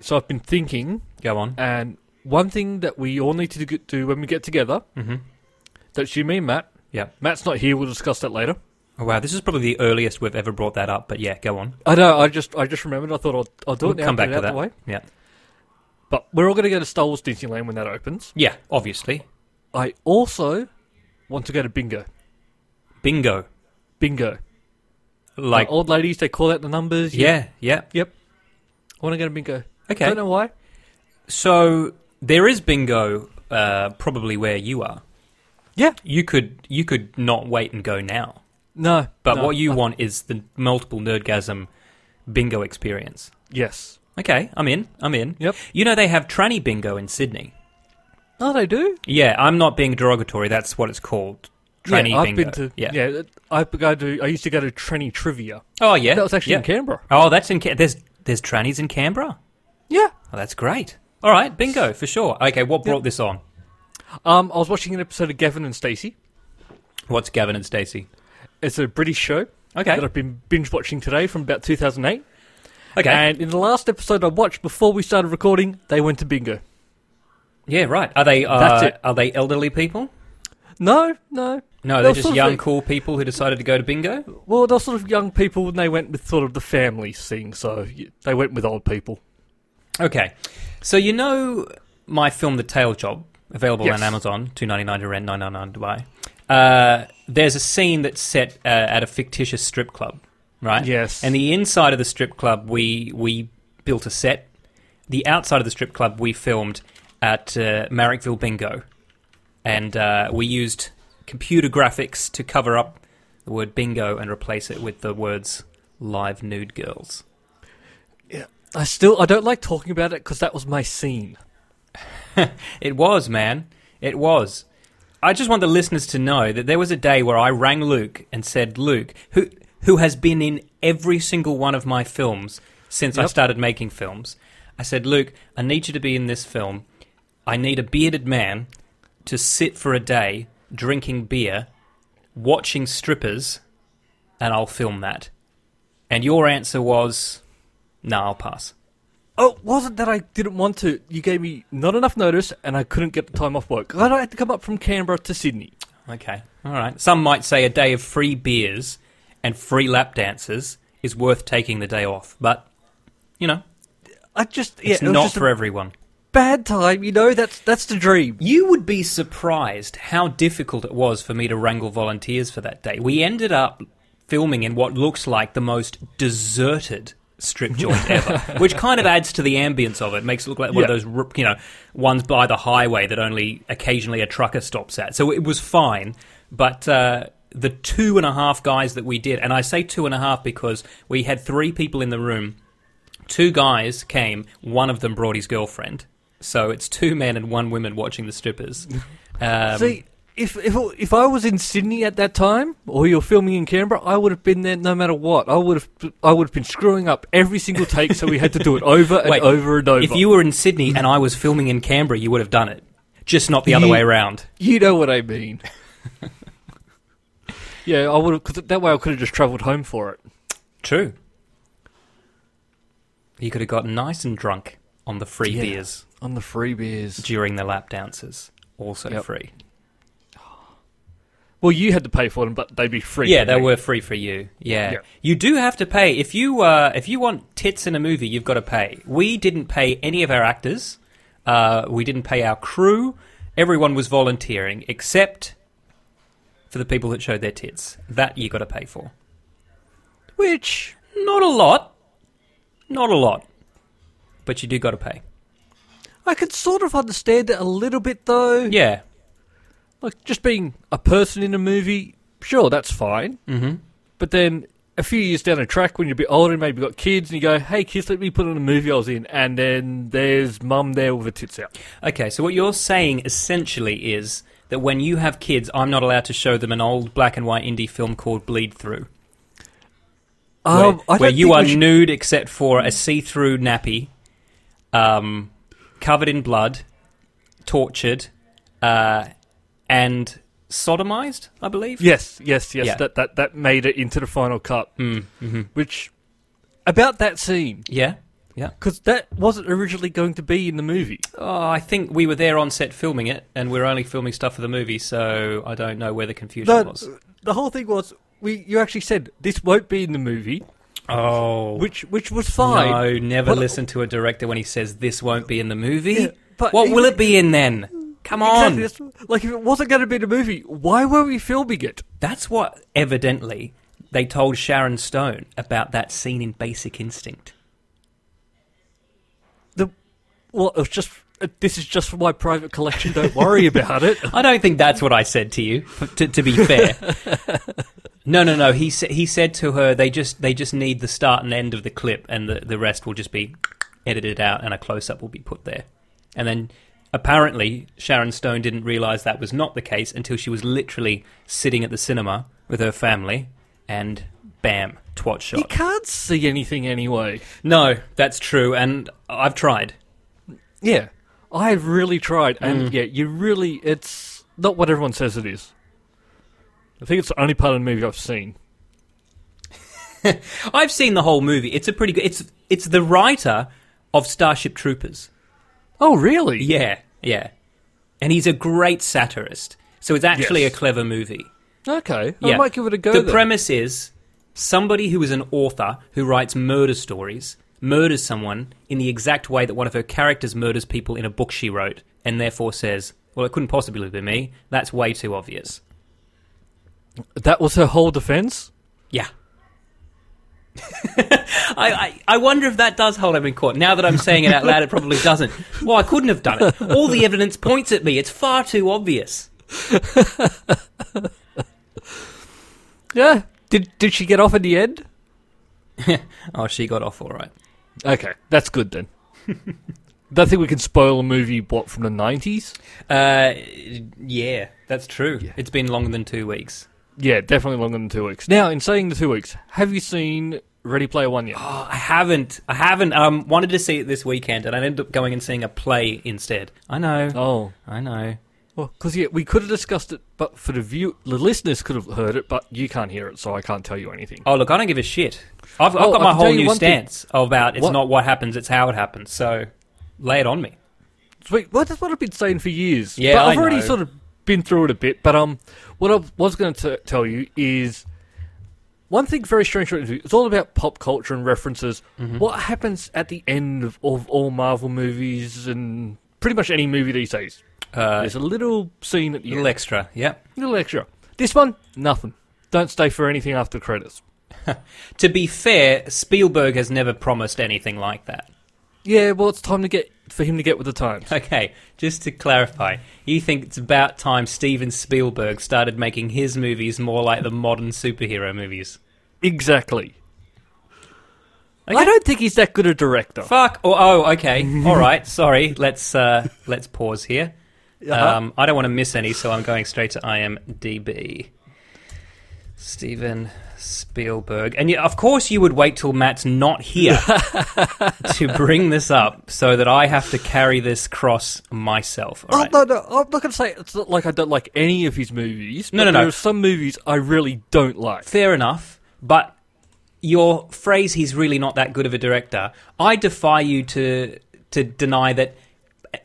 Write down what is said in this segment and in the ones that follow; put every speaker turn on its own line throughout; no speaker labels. So I've been thinking,
Go on.
and one thing that we all need to do- do when we get together,
Mm-hmm.
that's you, me, and Matt.
Yeah.
Matt's not here. We'll discuss that later.
Oh, wow, this is probably the earliest we've ever brought that up. But yeah, go on.
I know. I just I just remembered. I thought I'll, I'll do
We'll
it now.
come
get
back
it
to
out
that.
The way.
Yeah.
But we're all going to go to Star Wars Disneyland when that opens.
Yeah, obviously.
I also want to go to bingo.
Bingo.
Bingo.
Like,
The old ladies, they call out the numbers.
yeah, yeah.
I want to go to bingo.
Okay.
Don't know why.
So there is bingo, uh, probably where you are.
Yeah.
You could you could not wait and go now.
No.
But
no.
what you want is the multiple nerdgasm bingo experience.
Yes.
Okay, I'm in. I'm in.
Yep.
You know they have tranny bingo in Sydney.
No, they do.
Yeah, I'm not being derogatory. That's what it's called. Tranny
yeah, I've
bingo.
been to.
yeah.
Yeah. I go to. I used to go to Trenny Trivia.
Oh yeah.
That was actually
yeah.
in Canberra.
Oh, that's in Ca- there's there's trannies in Canberra.
Yeah.
Oh, that's great. All right, bingo for sure. Okay, what brought this on?
Um, I was watching an episode of Gavin and Stacey.
What's Gavin and Stacey?
It's a British show
Okay.
that I've been binge watching today from about 2008.
Okay.
And in the last episode I watched before we started recording, they went to bingo.
Yeah, right. Are they uh,
That's it.
are they elderly people?
No, no.
No,
They're
they're just
sort of
young,
like-
cool people who decided to go to bingo.
Well, they're sort of young people, and they went with sort of the family thing, so y- they went with old people.
Okay, so you know my film, The Tail Job, available
Yes.
on Amazon, two ninety nine to rent, nine ninety nine to buy. Uh, there's a scene that's set uh, at a fictitious strip club, right?
Yes.
And the inside of the strip club, we we built a set. The outside of the strip club, we filmed at uh, Marrickville Bingo, and uh, we used computer graphics to cover up the word bingo and replace it with the words live nude girls.
I still I don't like talking about it because that was my scene.
It was, man. It was. I just want the listeners to know that there was a day where I rang Luke and said, Luke, who who has been in every single one of my films since I
Yep.
started making films. I said, Luke, I need you to be in this film. I need a bearded man to sit for a day drinking beer, watching strippers, and I'll film that. And your answer was, nah, I'll pass.
Oh, it wasn't that I didn't want to? You gave me not enough notice, and I couldn't get the time off work. I had to come up from Canberra to Sydney.
Okay. All right. Some might say a day of free beers and free lap dances is worth taking the day off, but you know,
I just yeah,
it's
it was
not
just
for
a
everyone.
bad time. You know, that's that's the dream.
You would be surprised how difficult it was for me to wrangle volunteers for that day. We ended up filming in what looks like the most deserted strip joint ever, which kind of adds to the ambience of it. Makes it look like one
Yeah.
of those, r- you know, ones by the highway that only occasionally a trucker stops at. So it was fine, but. Uh, the two and a half guys that we did, and I say two and a half because we had three people in the room two guys came, one of them brought his girlfriend. So it's two men and one woman watching the strippers. Um,
See, if if if I was in Sydney at that time, or you're filming in Canberra, I would have been there no matter what. I would have I would have been screwing up every single take, so we had to do it over and
Wait,
over and over.
if you were in Sydney and I was filming in Canberra, you would have done it. Just not the other
Ye-
way around.
you know what I mean. yeah, I would have. Cause that way, I could have just travelled home for it.
True. You could have gotten nice and drunk on the free
Yeah.
beers
On the free beers.
during the lap dances. Also
Yep.
free.
Well, you had to pay for them, but they'd be free.
Yeah,
for
they
me.
were free for you. Yeah.
Yeah.
you do have to pay if you uh, if you want tits in a movie. You've got to pay. We didn't pay any of our actors. Uh, we didn't pay our crew. Everyone was volunteering except for the people that showed their tits. That you got to pay for.
Which
Not a lot. Not a lot. But you do got to pay.
I could sort of understand it a little bit, though.
Yeah.
Like just being a person in a movie, sure, that's fine.
Mm-hmm.
But then a few years down the track, when you're a bit older and maybe got kids, and you go, "Hey, kids, let me put on a movie I was in," and then there's mum there with her tits out.
Okay, so what you're saying essentially is that when you have kids, I'm not allowed to show them an old black and white indie film called Bleed Through. where,
Um, I don't
where you
think
are
we should-
nude except for a see-through nappy, um, covered in blood, tortured, uh, and sodomized. I believe.
yes, yes, yes.
Yeah.
That that that made it into the final cut.
Mm, mhm.
Which about that scene
Yeah. Yeah.
Because that wasn't originally going to be in the movie.
Oh, I think we were there on set filming it, and we are only filming stuff for the movie, so I don't know where the confusion was.
The, the whole thing was we. You actually said this won't be in the movie,
Oh,
which which was fine.
no! Never
But-
listen to a director when he says this won't be in the movie.
Yeah, but
what
he-
will it be in then? Come on!
Exactly, that's- like if it wasn't going to be in the movie, why were we filming it?
That's what evidently they told Sharon Stone about that scene in Basic Instinct.
The well, it was just uh, this is just for my private collection. Don't worry about it.
I don't think that's what I said to you. f- To, to be fair, no, no, no. He sa- he said to her, they just they just need the start and end of the clip, and the the rest will just be edited out, and a close up will be put there. And then apparently Sharon Stone didn't realize that was not the case until she was literally sitting at the cinema with her family, and bam, twat
You
shot.
can't see anything anyway.
No, that's true, and I've tried.
Yeah, I have really tried, and yeah, you really it's not what everyone says it is. I think it's the only part of the movie I've seen.
I've seen the whole movie. It's a pretty good. It's it's the writer of Starship Troopers.
Oh, really?
Yeah, yeah. And he's a great satirist. So it's actually
Yes.
a clever movie.
Okay.
Yeah.
I might give it a go.
the
then.
premise is somebody who is an author who writes murder stories murders someone in the exact way that one of her characters murders people in a book she wrote and therefore says, "Well, it couldn't possibly be me. That's way too obvious."
that was her whole defense.
Yeah. I, I, I wonder if that does hold him in court. Now that I'm saying it out loud, it probably doesn't. Well, I couldn't have done it. All the evidence points at me. It's far too obvious.
Yeah. Did did she get off in the end?
Oh, she got off all right.
Okay, that's good then. Don't think we can spoil a movie what from the nineties.
Uh, yeah, that's true.
Yeah.
It's been longer than two weeks.
Yeah, definitely longer than two weeks. Now, in saying the two weeks, have you seen Ready Player One yet?
Oh, I haven't. I haven't. Um, wanted to see it this weekend, and I ended up going and seeing a play instead. I know.
Oh,
I know.
well, because yeah, we could have discussed it, but for the view, the listeners could have heard it, but you can't hear it, so I can't tell you anything.
Oh, look, I don't give a shit. I've, I've
Oh,
got
I
my
can tell
whole
you
new
one thing.
stance about it's
What-
not what happens, it's how it happens. So lay it on me.
Sweet. Well, that's what I've been saying for years.
Yeah,
but I've
I
already
know.
sort of been through it a bit. But um, what I was going to tell you is one thing very strange. about the movie, It's all about pop culture and references. What happens at the end of, of all Marvel movies and pretty much any movie these days?
Uh,
There's a little scene at the
little
end,
extra, yeah.
little extra. This one, nothing. Don't stay for anything after credits.
To be fair, Spielberg has never promised anything like that.
Yeah, well, it's time to get for him to get with the times.
Okay, just to clarify, you think it's about time Steven Spielberg started making his movies more like the modern superhero movies?
exactly.
Okay.
I don't think he's that good a director.
Fuck. Oh, oh okay. All right. Sorry. Let's uh, let's pause here.
Uh-huh.
Um, I don't want to miss any, so I'm going straight to IMDb. Steven Spielberg, and yeah, of course you would wait till Matt's not here to bring this up, so that I have to carry this cross myself. All
Oh,
right.
no, no, I'm not going to say it's not like I don't like any of his movies.
No,
but
no, no.
There are some movies I really don't like.
Fair enough, but your phrase "he's really not that good of a director," I defy you to to deny that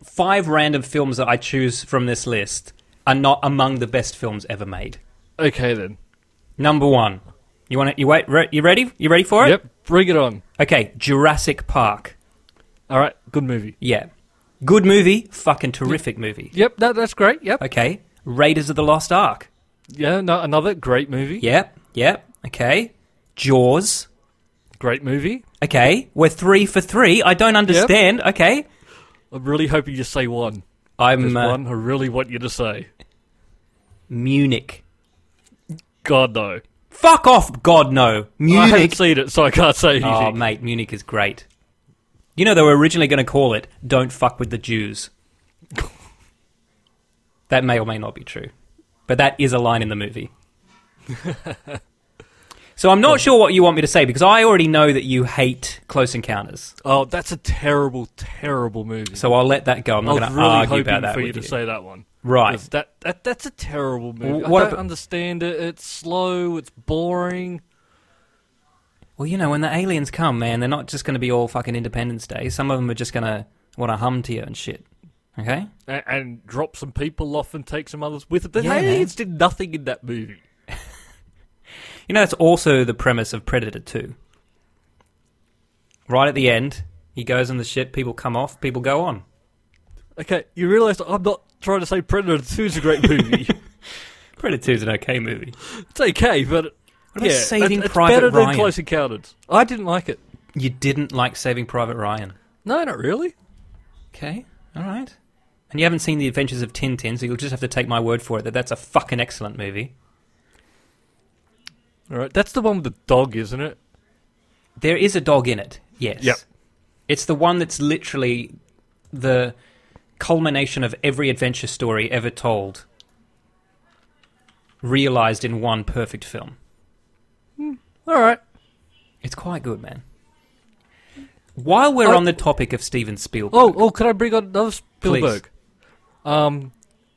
five random films that I choose from this list are not among the best films ever made.
Okay, then.
Number one, you want to you wait? Re- you ready? You ready for it?
Yep, bring it on.
Okay, Jurassic Park.
All right, good movie.
Yeah, good movie, fucking terrific movie.
Yep, that, that's great. Yep.
Okay, Raiders of the Lost Ark.
Yeah, no, another great movie.
Yep, yep. Okay, Jaws.
Great movie.
Okay, we're three for three. I don't understand. Okay.
I'm really hoping you say one. There's
I'm uh,
one I really want you to say.
Munich.
God, no.
Fuck off, God no.
I haven't
Munich.
seen it, so I can't say anything.
Oh, mate, Munich is great. You know, they were originally going to call it Don't Fuck with the Jews. that may or may not be true. But that is a line in the movie. so I'm not sure what you want me to say because I already know that you hate Close Encounters.
Oh, that's a terrible, terrible movie.
So I'll let that go.
I
I'm not
was
going to
really
argue
hoping
about that
for you
with
to
you.
say that one.
Right.
'Cause That, that, that's a terrible movie.
What
I don't
ab-
understand it. It's slow, it's boring.
Well, you know, when the aliens come, man, they're not just going to be all fucking Independence Day. Some of them are just going to want to hum to you and shit. Okay?
and, and drop some people off and take some others with it. The
Yeah.
aliens did nothing in that movie.
You know, that's also the premise of Predator 2. Right at the end, he goes on the ship, people come off, people go on.
Okay, you realise that I'm not trying to say Predator 2 is a great movie.
Predator 2 is an okay movie.
it's okay, but
What about
yeah,
Saving
it's, it's
Private
better
Ryan?
than Close Encounters. I didn't like it.
You didn't like Saving Private Ryan.
No, not really.
Okay, all right. And you haven't seen The Adventures of Tintin, so you'll just have to take my word for it that that's a fucking excellent movie.
All right, that's the one with the dog, isn't it?
There is a dog in it, yes.
Yep.
It's the one that's literally the culmination of every adventure story ever told, realized in one perfect film.
All right.
It's quite good, man. While we're
Oh.
on the topic of Steven Spielberg,
Oh, oh, can I bring on another Spielberg? Um,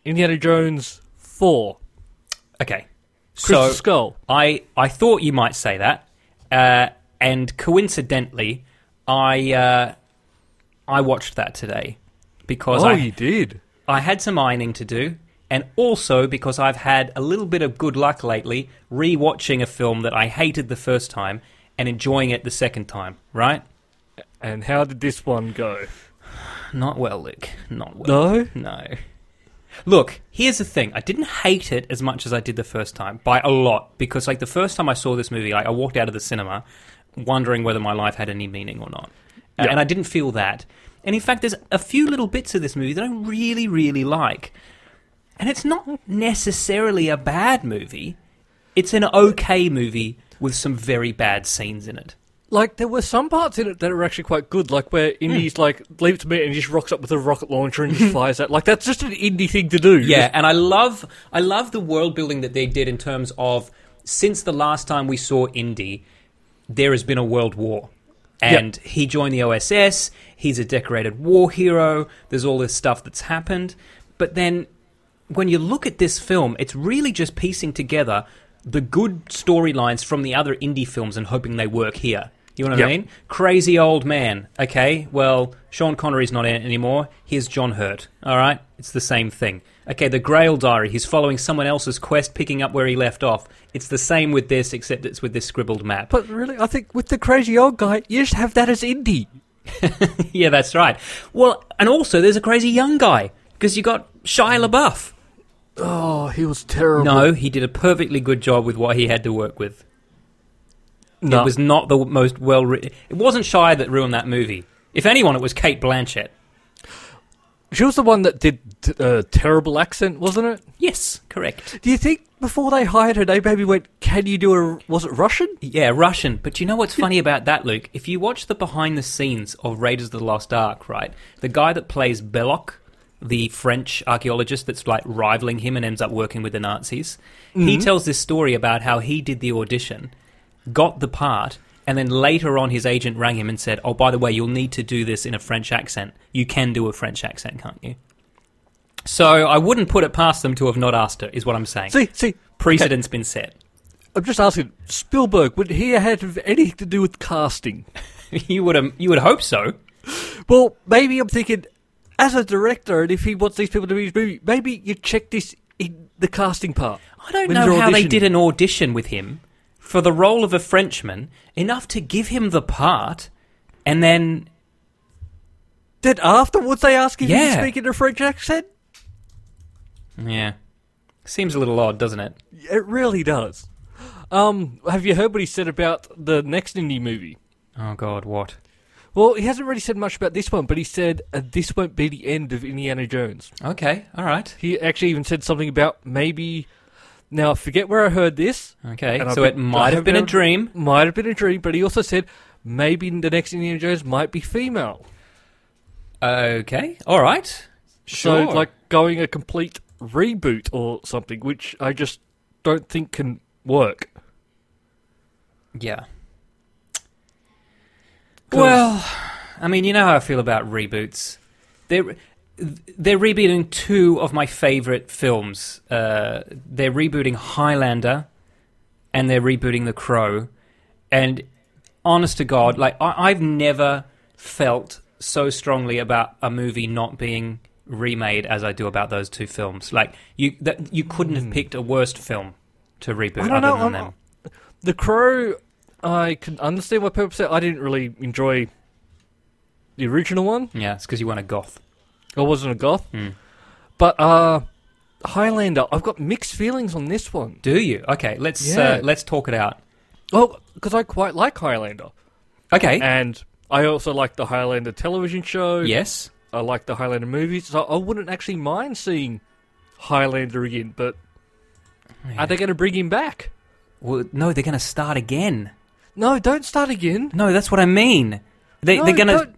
Indiana Jones 4,
okay.
Crystal
So
Skull.
I I thought you might say that, uh, and coincidentally, I uh, I watched that today because
Oh,
I
you did.
I had some ironing to do, and also because I've had a little bit of good luck lately re-watching a film that I hated the first time and enjoying it the second time. Right?
And how did this one go?
Not well, Luke. Not well.
No?
No. Look, here's the thing. I didn't hate it as much as I did the first time by a lot because like the first time I saw this movie, like I walked out of the cinema wondering whether my life had any meaning or not.
Yeah.
And I didn't feel that. And in fact, there's a few little bits of this movie that I really really like. And it's not necessarily a bad movie. It's an okay movie with some very bad scenes in it.
Like, there were some parts in it that were actually quite good, like where Indy's, like, leaves me and he just rocks up with a rocket launcher and just fires that. Like, that's just an indie thing to do.
Yeah, and I love I love the world building that they did in terms of since the last time we saw Indy, there has been a world war. And he joined the OSS, he's a decorated war hero, there's all this stuff that's happened. But then when you look at this film, it's really just piecing together the good storylines from the other indie films and hoping they work here. You know what
Yep.
I mean? Crazy old man. Okay, well, Sean Connery's not in it anymore. Here's John Hurt. All right, it's the same thing. Okay, the Grail Diary. He's following someone else's quest, picking up where he left off. It's the same with this, except it's with this scribbled map.
But really, I think with the crazy old guy, you just have that as indie.
yeah, that's right. Well, and also there's a crazy young guy because you got Shia LaBeouf.
Oh, he was terrible.
No, he did a perfectly good job with what he had to work with. It was not the most well written. It wasn't Shia that ruined that movie. If anyone, it was Kate Blanchett.
she was the one that did t- a terrible accent, wasn't it?
Yes, correct.
Do you think before they hired her, they maybe went, "Can you do a was it Russian?"
Yeah, Russian. But you know what's funny about that, Luke? If you watch the behind the scenes of Raiders of the Lost Ark, right? The guy that plays Belloc, the French archaeologist that's like rivaling him and ends up working with the Nazis, he tells this story about how he did the audition, got the part, and then later on his agent rang him and said, "Oh, by the way, you'll need to do this in a French accent. You can do a French accent, can't you?" So I wouldn't put it past them to have not asked her, is what I'm saying.
See, see,
Precedent's been set.
I'm just asking Spielberg. Would he have anything to do with casting?
you would um, you would hope so.
Well, maybe I'm thinking as a director, and if he wants these people to be his movie, maybe you check this in the casting part.
I don't
When
know
you're
how they
auditioning.
did an audition with him for the role of a Frenchman, enough to give him the part, and then
Then afterwards, they ask if he
Yeah.
can speak in a French accent.
yeah, seems a little odd, doesn't it?
It really does. Um, have you heard what he said about the next indie movie?
Oh God, what?
Well, he hasn't really said much about this one, but he said uh, this won't be the end of Indiana Jones.
Okay, all right,
He actually even said something about maybe. Now, I forget where I heard this.
okay.
And I've
so
been-
it might
I've
have been a
been-
dream.
Might have been a dream, but he also said maybe the next Indiana Jones might be female.
Okay, all right, sure.
So, like going a complete reboot or something, which I just don't think can work.
yeah.
'Cause-
Well, I mean, you know how I feel about reboots. They're they're rebooting two of my favorite films. Uh, they're rebooting Highlander, and they're rebooting The Crow. And honest to God, like I, I've never felt so strongly about a movie not being remade as I do about those two films. Like you, that you couldn't have picked a worst film to reboot
Hmm. I
other
don't know.
than
I'm-
them.
The Crow, I can understand why people say I didn't really enjoy the original one.
Yeah, it's because you want a goth.
I wasn't a goth,
Mm.
but uh, Highlander, I've got mixed feelings on this one.
Do you? Okay, let's
Yeah.
uh, let's talk it out.
Oh, because I quite like Highlander,
Okay.
and I also like the Highlander television show.
yes.
I like the Highlander movies, so I wouldn't actually mind seeing Highlander again. But are they going to bring him back?
Well, no, they're going to start again.
No, don't start again.
No, that's what I mean. They,
No,
they're going to.
don't-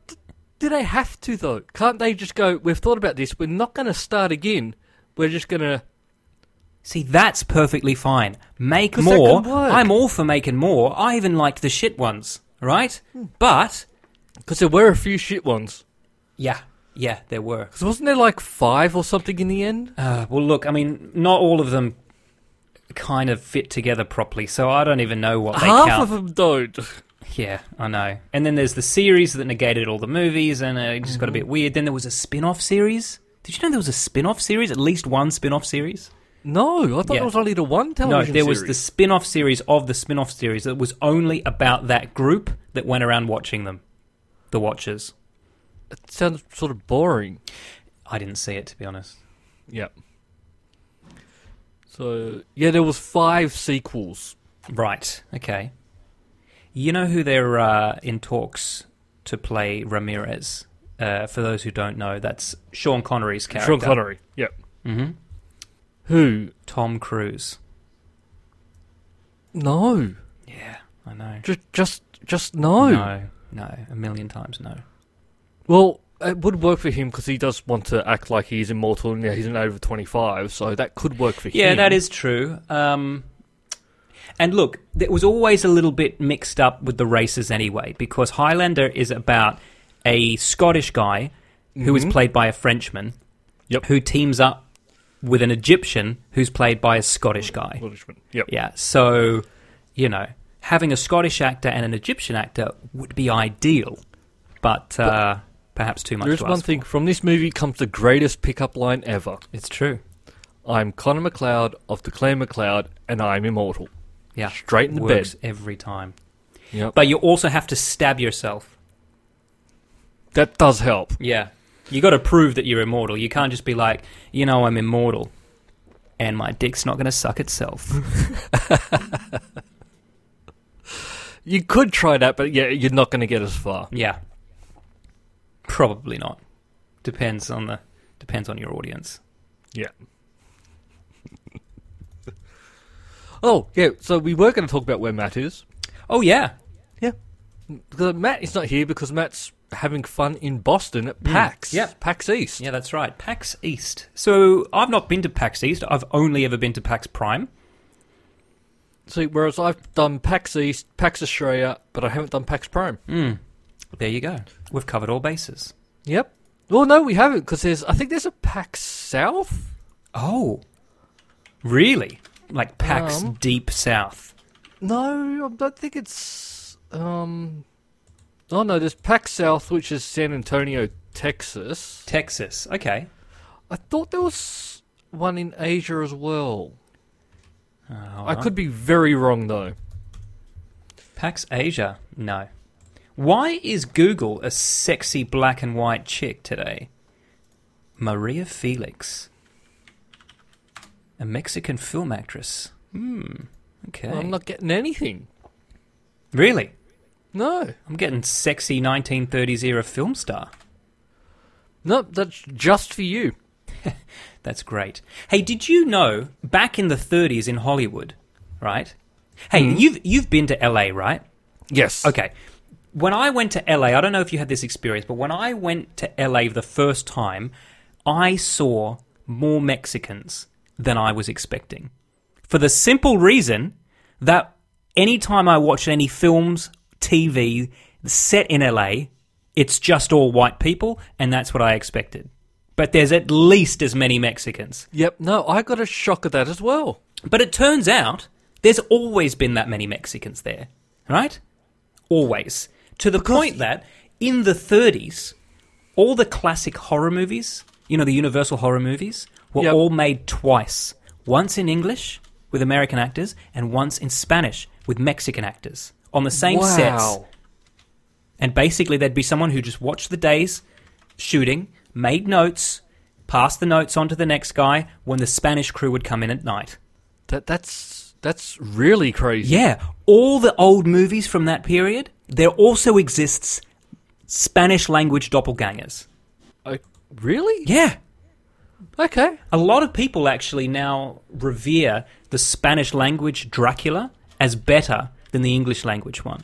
Do they have to though? Can't they just go? We've thought about this. We're not going to start again. We're just going to.
See, that's perfectly fine. Make
'Cause that
more.
could work.
I'm all for making more. I even liked the shit ones, right?
Hmm.
But.
Because there were a few shit ones.
Yeah, yeah, there were.
Because wasn't there like five or something in the end?
Uh, well, look, I mean, not all of them kind of fit together properly, so I don't even know what they
Half
count.
of them don't.
Yeah, I know. And then there's the series that negated all the movies, and uh, it just
Mm-hmm.
got a bit weird. Then there was a spin-off series. Did you know there was a spin-off series? At least one spin-off series.
No, I thought
Yeah.
it was only the one
No,
television
there was the
series.
spin-off series of the spin-off series that was only about that group that went around watching them, the Watchers.
It sounds sort of boring.
I didn't see it to be honest.
Yeah. So yeah, there was five sequels.
Right. Okay. You know who they're uh, in talks to play Ramirez. Uh, for those who don't know, that's Sean Connery's character.
Sean Connery. Yep.
hmm
Who?
Tom Cruise.
No.
Yeah, I know.
Just, just, just no.
No, no, a million times no.
Well, it would work for him because he does want to act like he's immortal and yeah, he's an over 25, so that could work for
Yeah,
him.
that is true. Um, and look, it was always a little bit mixed up with the races anyway, because Highlander is about a Scottish guy who is
Mhm.
played by a Frenchman
Yep.
who teams up with an Egyptian who's played by a Scottish guy.
Punishment. Yep.
Yeah, so, you know, having a Scottish actor and an Egyptian actor would be ideal, but, uh, perhaps too much
There is
to
one
ask
thing
for.
from this movie comes the greatest pickup line ever.
It's true.
I'm Connor McLeod of the Clan McLeod, and I'm immortal.
Yeah.
Straight in the
works
bed.
every time.
Yep.
But you also have to stab yourself.
that does help.
Yeah. You got to prove that you're immortal. You can't just be like, you know, I'm immortal and my dick's not going to suck itself.
You could try that, but yeah, you're not going to get as far.
yeah. Probably not. Depends on the depends on your audience.
Yeah. oh, yeah, so we were going to talk about where Matt is.
Oh yeah.
Because Matt is not here because Matt's having fun in Boston at PAX.
Yep.
PAX East.
Hmm. Yeah, that's right. PAX East. So, I've not been to PAX East. I've only ever been to PAX Prime.
See, whereas I've done PAX East, PAX Australia, but I haven't done PAX Prime.
Mm. There you go. We've covered all bases.
Yep. Well, no, we haven't because there's. I think there's a PAX South.
Oh. Really? Like PAX
Um.
Deep South.
No, I don't think it's. Um. Oh no, there's PAX South, which is San Antonio, Texas.
Texas. Okay.
I thought there was one in Asia as well.
Oh,
I
alright.
could be very wrong though.
PAX Asia? No. Why is Google a sexy black and white chick today? Maria Felix. A Mexican film actress. Hmm. Okay.
I'm not getting anything.
really?
No,
I'm getting sexy 1930s era film star.
no, that's just for you.
That's great. Hey, did you know back in the 30s in Hollywood, right? Hey,
Hmm.
you've you've been to LA, right?
Yes.
Okay. When I went to LA, I don't know if you had this experience, but when I went to LA the first time, I saw more Mexicans than I was expecting. For the simple reason that anytime I watch any films, TV set in LA, it's just all white people, and that's what I expected. But there's at least as many Mexicans.
Yep. No, I got a shock of that as well.
But it turns out there's always been that many Mexicans there, right? Always. To the point that in the 30s, all the classic horror movies, you know, the Universal horror movies, were
Yep.
all made twice. Once in English with American actors and once in Spanish with Mexican actors on the same sets. And basically, there'd be someone who just watched the days shooting, made notes, passed the notes on to the next guy when the Spanish crew would come in at night.
That that's that's really crazy.
Yeah, all the old movies from that period, there also exists Spanish language doppelgangers.
I, Oh, really?
Yeah.
Okay.
A lot of people actually now revere the Spanish language Dracula as better than the English language one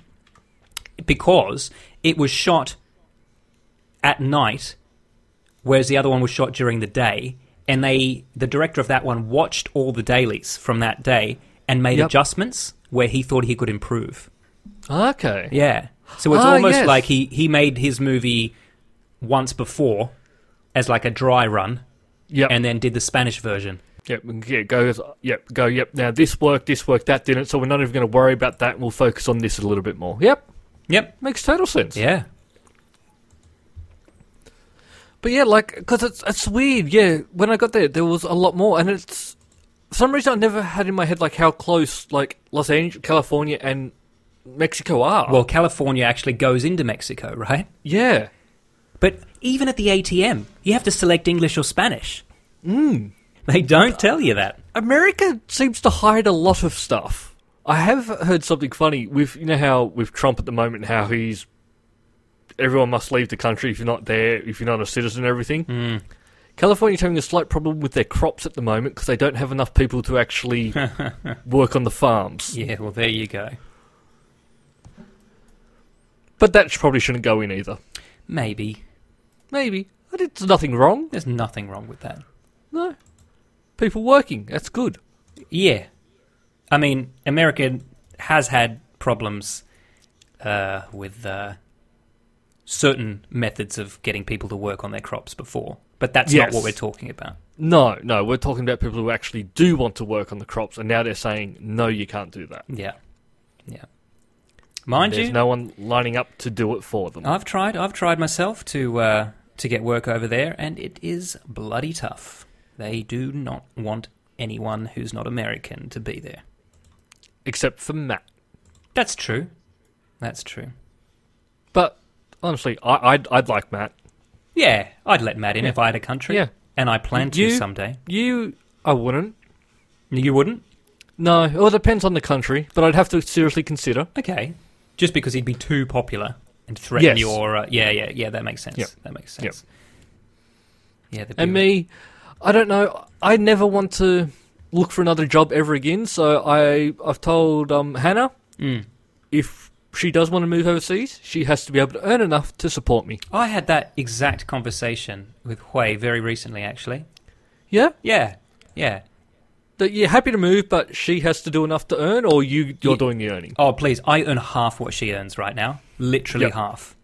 because it was shot at night, whereas the other one was shot during the day. And they, the director of that one, watched all the dailies from that day and made
Yep.
adjustments where he thought he could improve.
Okay.
Yeah. So it's
Ah,
almost
yes.
like he, he made his movie once before as like a dry run
Yep.
and then did the Spanish version.
Yep, yeah, go, yep, go, yep. Now this worked, this worked, that didn't, so we're not even going to worry about that. We'll focus on this a little bit more. Yep,
Yep.
makes total sense.
Yeah.
But yeah, like, because it's, it's weird, yeah. When I got there, there was a lot more, and it's, for some reason I never had in my head, like, how close, like, Los Angeles, California, and Mexico are.
Well, California actually goes into Mexico, right?
yeah.
But even at the ATM, you have to select English or Spanish.
Hmm.
Mm. They don't tell you that.
America seems to hide a lot of stuff. I have heard something funny with you know how with Trump at the moment how he's everyone must leave the country if you're not there if you're not a citizen and everything. Mm. California's having a slight problem with their crops at the moment because they don't have enough people to actually work on the farms.
Yeah, well, there you go.
But that sh- probably shouldn't go in either.
Maybe.
Maybe but it's nothing wrong.
There's nothing wrong with that.
No, people working that's good.
Yeah. I mean, America has had problems uh, with uh, certain methods of getting people to work on their crops before, but that's not
Yes.
what we're talking about.
No, no, we're talking about people who actually do want to work on the crops, and now they're saying no, you can't do that.
Yeah. Yeah. Mind
There's
you, Uh-huh.
no one lining up to do it for them.
I've tried. I've tried myself to uh, to get work over there, and it is bloody tough. They do not want anyone who's not American to be there.
Except for Matt.
That's true. That's true.
But honestly, I, I'd, I'd like Matt.
Yeah, I'd let Matt in if I had a country.
Yeah.
and I plan to
You-
someday.
You, I wouldn't.
You wouldn't?
No, well, it depends on the country, but I'd have to seriously consider.
Okay. Just because he'd be too popular and threaten
Yes.
your uh, yeah yeah yeah that makes sense.
Yep.
That makes
Yep.
sense. Yeah, there'd be-
And me, I don't know. I never want to look for another job ever again. So I, I've told um, Hannah
Mm.
if she does want to move overseas, she has to be able to earn enough to support me.
I had that exact conversation with Hui very recently, actually.
Yeah,
Yeah, yeah.
that you're happy to move, but she has to do enough to earn, or you, you're
Ye-
doing the earning.
Oh, please. I earn half what she earns right now. Literally
Yep.
half.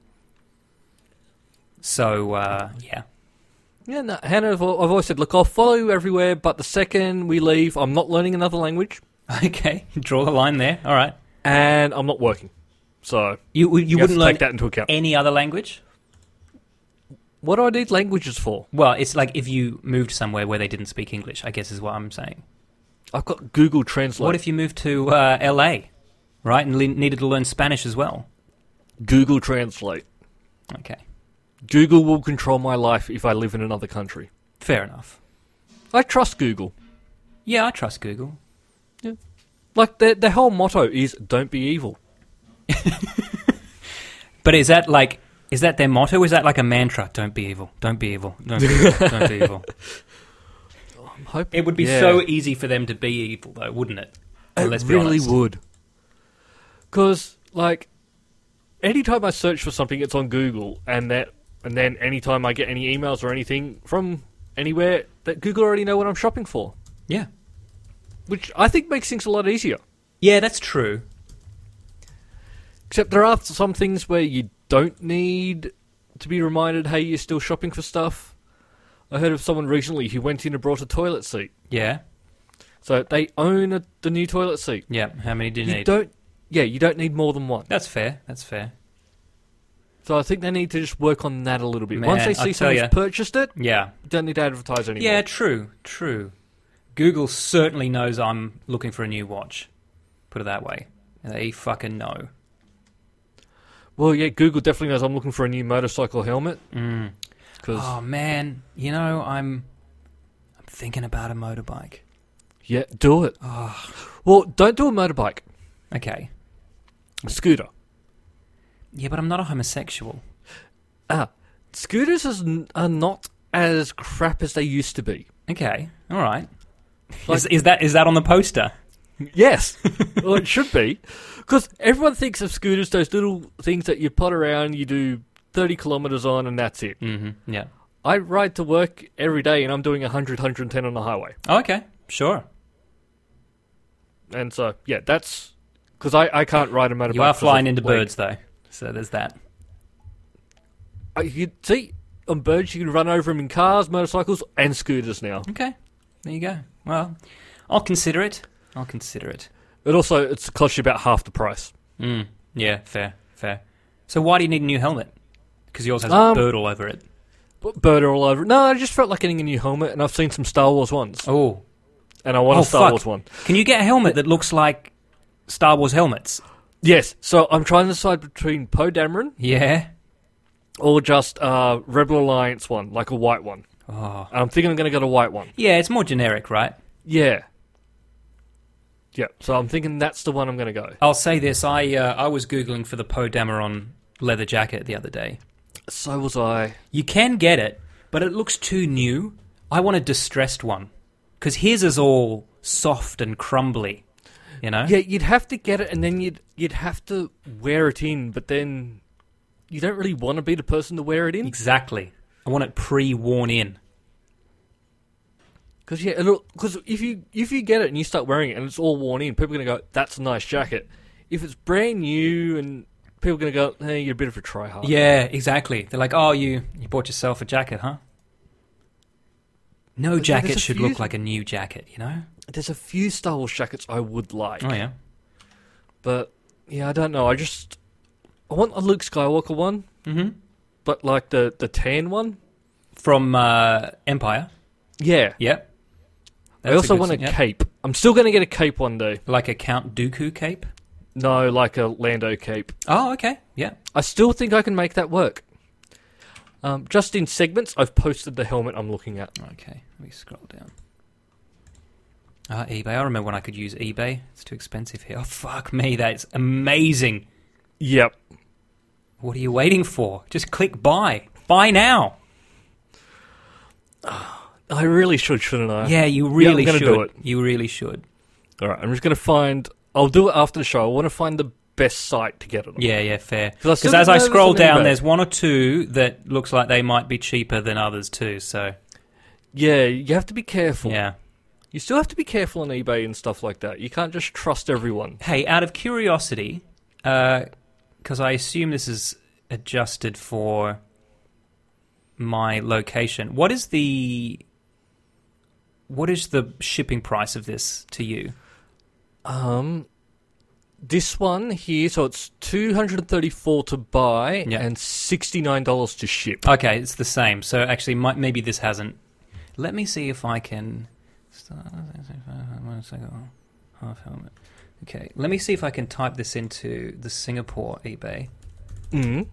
So, uh, yeah.
Yeah, no, Hannah, I've, I've always said, look, I'll follow you everywhere, but the second we leave, I'm not learning another language
Okay. Draw the line there. All right.
and I'm not working. So
You, you,
you, have
wouldn't
to
learn
take that into account.
any other language?
What do I need languages for?
Well, it's like if you moved somewhere where they didn't speak English, I guess is what I'm saying.
I've got Google Translate.
what if you moved to uh, LA, right, and le- needed to learn Spanish as well?
Google Translate.
Okay.
Google will control my life if I live in another country.
Fair enough.
I trust Google.
Yeah, I trust Google.
Like, their, their whole motto is don't be evil.
But is that like. Is that their motto? Is that like a mantra? Don't be evil. Don't be evil. Don't be evil. Don't be evil.
I'm hoping.
It would be
Yeah.
so easy for them to be evil, though, wouldn't it?
It
Let's be
really
honest.
would. Because, like, anytime I search for something, it's on Google, and that, and then anytime I get any emails or anything from anywhere, that Google already know what I'm shopping for,
Yeah,
which I think makes things a lot easier.
yeah, that's true.
Except there are some things where you don't need to be reminded, hey, you're still shopping for stuff. I heard of someone recently who went in and brought a toilet seat.
Yeah,
So they own a, the new toilet seat.
yeah. How many do you,
You
need?
don't yeah, you don't need more than one.
That's fair. That's fair.
So I think they need to just work on that a little bit.
Man,
Once they
I
see
tell
someone's
ya.
purchased it,
Yeah.
you don't need to advertise anymore.
Yeah, true. True. Google certainly knows I'm looking for a new watch. Put it that way. They fucking know.
Well, yeah, Google definitely knows I'm looking for a new motorcycle helmet.
Mm.
'cause-
Oh man, you know I'm I'm thinking about a motorbike.
yeah, do it.
Ah.
Well, don't do a motorbike.
Okay.
scooter.
Yeah, but I'm not a homosexual.
Ah, scooters is, n- are not as crap as they used to be.
Okay. All right.
Like-
is, is that is that on the poster?
Yes, well, it should be, because everyone thinks of scooters those little things that you pot around, you do thirty kilometers on, and that's it.
Mm-hmm. Yeah.
I ride to work every day, and I'm doing 100, 110 on the highway,
Oh, okay. Sure.
and so yeah, that's because I, I can't ride a motorbike.
You are
'cause of
flying into
weight.
birds though, so there's that.
Uh, You see, on birds you can run over them in cars, motorcycles, and scooters now.
Okay. There you go. Well, I'll consider it. I'll consider it.
It also it's costs you about half the price.
Mm. Yeah. Fair. Fair. So why do you need a new helmet? Because yours has
Um,
a bird all over it.
But bird all over. No, I just felt like getting a new helmet, and I've seen some Star Wars ones,
Oh.
and I want
Oh,
a Star
fuck.
Wars one.
Can you get a helmet that looks like Star Wars helmets?
Yes, so I'm trying to decide between Poe Dameron
Yeah.
or just uh, Rebel Alliance one, like a white one.
Oh.
And I'm thinking I'm going to get a white one.
Yeah, it's more generic, right?
Yeah. Yeah, so I'm thinking that's the one I'm going to go.
I'll say this: I uh, I was googling for the Poe Dameron leather jacket the other day.
So was I.
You can get it, but it looks too new. I want a distressed one because his is all soft and crumbly. You know?
Yeah, you'd have to get it, and then you'd you'd have to wear it in, but then you don't really want to be the person to wear it in
Exactly. I want it pre-worn in.
because yeah, because if you if you get it and you start wearing it and it's all worn in, people are going to go, "That's a nice jacket." If it's brand new and people are going to go, "Hey, you're a bit of a tryhard."
Yeah, exactly. They're like, "Oh, you you bought yourself a jacket, huh?" No
But yeah,
jacket
there's a
should
few-
look like a new jacket, you know?
There's a few Star Wars jackets I would like,
Oh yeah.
but yeah, I don't know. I just I want a Luke Skywalker one,
Mm-hmm.
but like the the tan one.
From uh, Empire.
Yeah,
Yep.
I
That's a
also
good
want a
s- yep.
cape. I'm still going to get a cape one day.
like a Count Dooku cape.
No, like a Lando cape.
Oh, okay. Yeah.
I still think I can make that work. Um, just in segments, I've posted the helmet I'm looking at.
Okay. Let me scroll down. Ah, eBay. I remember when I could use eBay. It's too expensive here. Oh, fuck me. That's amazing.
Yep.
What are you waiting for? Just click buy. Buy now.
I really should, shouldn't I?
yeah, you really
Uh, gonna
should.
do it.
You really should.
All right. I'm just going to find. I'll do it after the show. I want to find the best site to get it on.
Yeah, yeah, fair.
'Cause I still
Because as
don't
I
know if it's
scroll
on
down,
eBay.
there's one or two that looks like they might be cheaper than others too. So
Yeah, you have to be careful.
yeah.
You still have to be careful on eBay and stuff like that. You can't just trust everyone.
Hey, out of curiosity, because I assume this is adjusted for my location. What is the what is the shipping price of this to you?
Um, this one here, so it's two hundred and thirty-four to buy
Yeah.
and sixty-nine dollars to ship.
Okay, it's the same. So actually, might, maybe this hasn't. Let me see if I can. Half helmet. Okay, let me see if I can type this into the Singapore eBay.
Mm.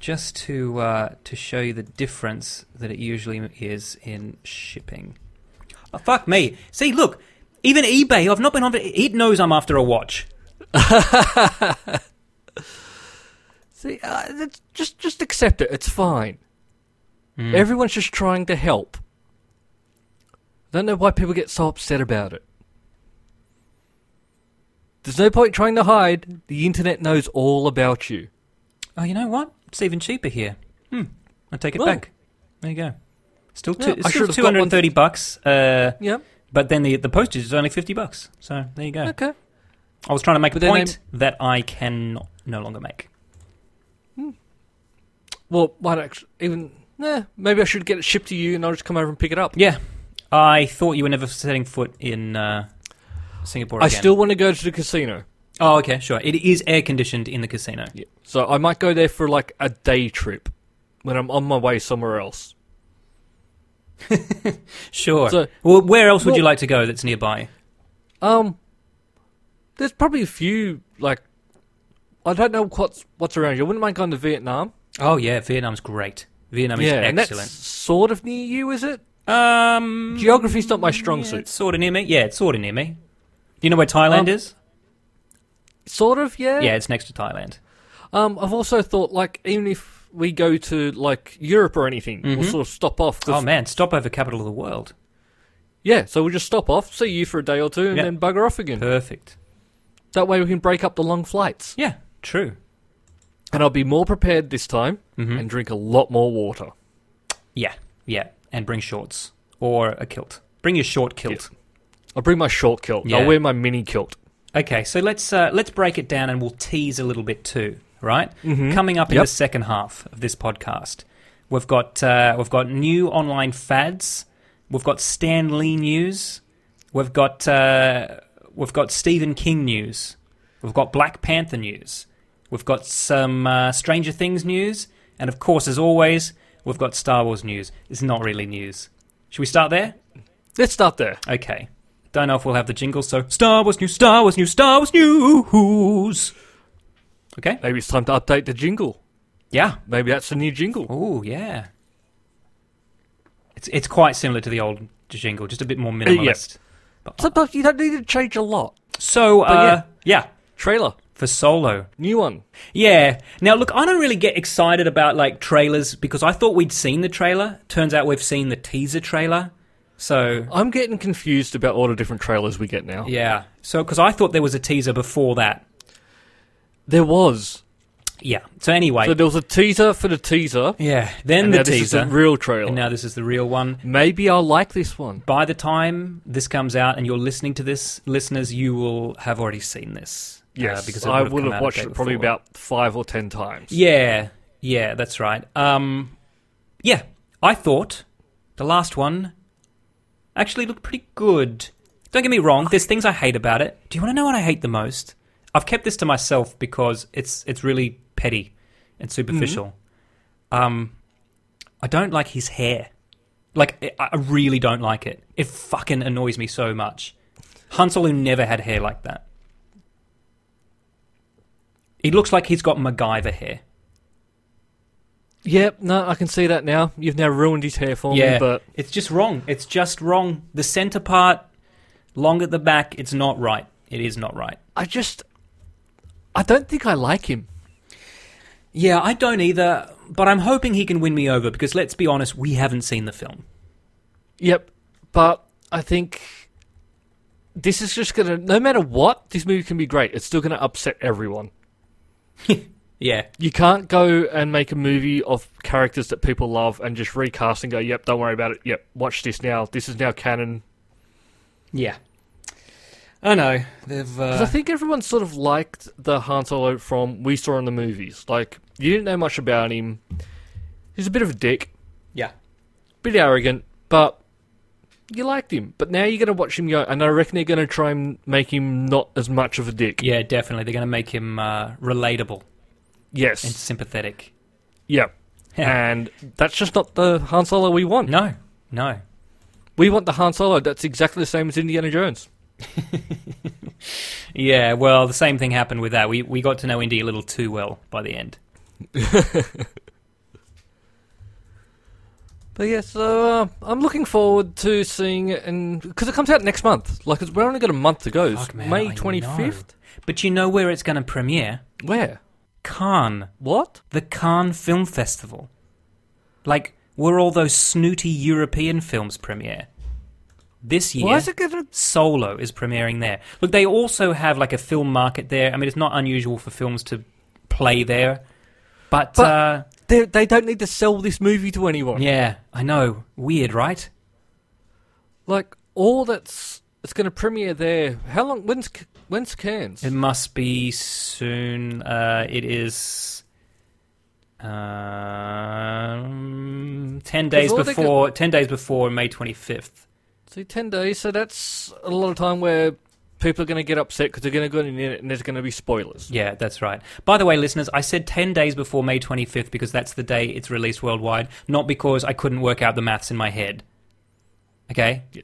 just to uh, to show you the difference that it usually is in shipping. Oh, fuck me! See, look, even eBay. I've not been on. It knows I'm after a watch.
See, uh, that's- just just accept it. It's fine. Everyone's just trying to help. Don't know why people get so upset about it. There's no point trying to hide. The internet knows all about you.
Oh, you know what? It's even cheaper here. Hmm. I take it
Oh.
back. There you go. Still,
Yeah,
two,
I
it's still
should've got
two hundred and thirty bucks. Uh,
Yeah.
but then the the postage is only fifty bucks. So there you go.
Okay.
I was trying to make a
But then
point that I can no- no longer make.
Well, why not actu- even? Nah, maybe I should get it shipped to you, and I'll just come over and pick it up.
Yeah, I thought you were never setting foot in uh, Singapore
I
again.
still want to go to the casino.
Oh, okay, sure. It is air conditioned in the casino.
So I might go there for like a day trip when I'm on my way somewhere else.
Sure.
So-
well, where else would you
Well-
like to go that's nearby?
Um, there's probably a few like I don't know what's what's around you. I wouldn't mind going to Vietnam.
Oh yeah, Vietnam's great. Vietnam is
yeah, and that's
excellent.
sort of near you, is it?
Um,
Geography's not my strong
yeah,
suit.
It's sort of near me. Yeah, it's sort of near me. Do you know where Thailand
Um,
is?
Sort of, yeah.
Yeah, it's next to Thailand.
Um, I've also thought like even if we go to like Europe or anything, we'll sort of stop off. 'cause-
Oh man, stop over capital of the world.
Yeah, so we'll just stop off, see you for a day or two, and
Yeah.
then bugger off again.
Perfect.
That way we can break up the long flights,
Yeah, true.
and I'll be more prepared this time
Mm-hmm.
and drink a lot more water.
Yeah, yeah. And bring shorts or a kilt. Bring your short kilt.
I'll bring my short kilt.
Yeah.
I'll wear my mini kilt.
Okay, so let's uh, let's break it down and we'll tease a little bit too, right? Coming up in
Hmm? Yep.
the second half of this podcast, we've got uh, we've got new online fads, we've got Stan Lee news, we've got uh, we've got Stephen King news, we've got Black Panther news, we've got some uh, Stranger Things news, and of course, as always, we've got Star Wars news. It's not really news. Should we start there?
Let's start there.
Okay. Don't know if we'll have the jingle, so Star Wars News, Star Wars News, Star Wars News. Okay?
Maybe it's time to update the jingle.
Yeah.
Maybe that's the new jingle.
Oh, yeah. It's it's quite similar to the old jingle, just a bit
Uh,
more minimalist.
Sometimes you don't need to change a lot.
So, uh, yeah,
Trailer,
for Solo.
new one.
Yeah. Now, look, I don't really get excited about like trailers because I thought we'd seen the trailer. Turns out we've seen the teaser trailer. So,
I'm getting confused about all the different trailers we get now.
yeah. So, because I thought there was a teaser before that.
There was.
Yeah. So, anyway.
So there was a teaser for the teaser,
yeah. Then
and
the
now
teaser.
this is a real trailer.
And now this is the real one.
Maybe I'll like this one.
By the time this comes out and you're listening to this, listeners, you will have already seen this.
Yes,
uh, because
I
would
would
come out
have
a
watched
day
it probably
before.
about five or ten times.
Yeah, yeah, that's right. Um, yeah, I thought the last one actually looked pretty good. Don't get me wrong. There's things I hate about it. Do you want to know what I hate the most? I've kept this to myself because it's it's really petty and superficial. Um, I don't like his hair. Like I I really don't like it. It fucking annoys me so much. Han Solo never had hair like that. He looks like he's got MacGyver hair.
Yep, no, I can see that now. You've now ruined his hair for me, but
it's just wrong. It's just wrong. The center part, long at the back, it's not right. It is not right.
I just. I don't think I like him.
Yeah, I don't either, but I'm hoping he can win me over because let's be honest, we haven't seen the film.
Yep, but I think this is just gonna. No matter what, this movie can be great. It's still gonna upset everyone.
Yeah.
You can't go and make a movie of characters that people love and just recast and go, "Yep, don't worry about it. Yep, watch this now. This is now canon."
Yeah. I know. They've
Because
uh,
I think everyone sort of liked the Han Solo from we saw in the movies. Like you didn't know much about him. He's a bit of a dick.
yeah.
bit arrogant, but you liked him. But now you're going to watch him go, and I reckon they're going to try and make him not as much of a dick.
Yeah, definitely. They're going to make him uh, relatable and
Yes.
sympathetic.
Yeah.
Yeah.
And that's just not the Han Solo we want.
no. No.
We want the Han Solo that's exactly the same as Indiana Jones.
Yeah, well, the same thing happened with that. We we got to know Indy a little too well by the end.
But yeah, so uh, I'm looking forward to seeing it, and because it comes out next month. Like, it's, we're only got a month to go. It's
Fuck, man, I
May
know.
25th.
But you know where it's going to premiere?
Where?
Cannes.
What?
the Cannes Film Festival. Like, were all those snooty European films premiere? This year,
Why is it going to?
Solo is premiering there. Look, they also have like a film market there. I mean, it's not unusual for films to play there, but,
But-
uh,
They, they don't need to sell this movie to anyone.
yeah, I know. Weird, right?
Like all that's it's going to premiere there. How long? When's C- when's Cairns?
It must be soon. Uh, it is. Um, ten days
all they
before, ten days before May twenty fifth.
See, ten days. So that's a lot of time where people are going to get upset because they're going to go in and there's going to be spoilers.
Yeah, that's right. By the way, listeners, I said 10 days before May 25th because that's the day it's released worldwide, not because I couldn't work out the maths in my head. Okay?
Yeah.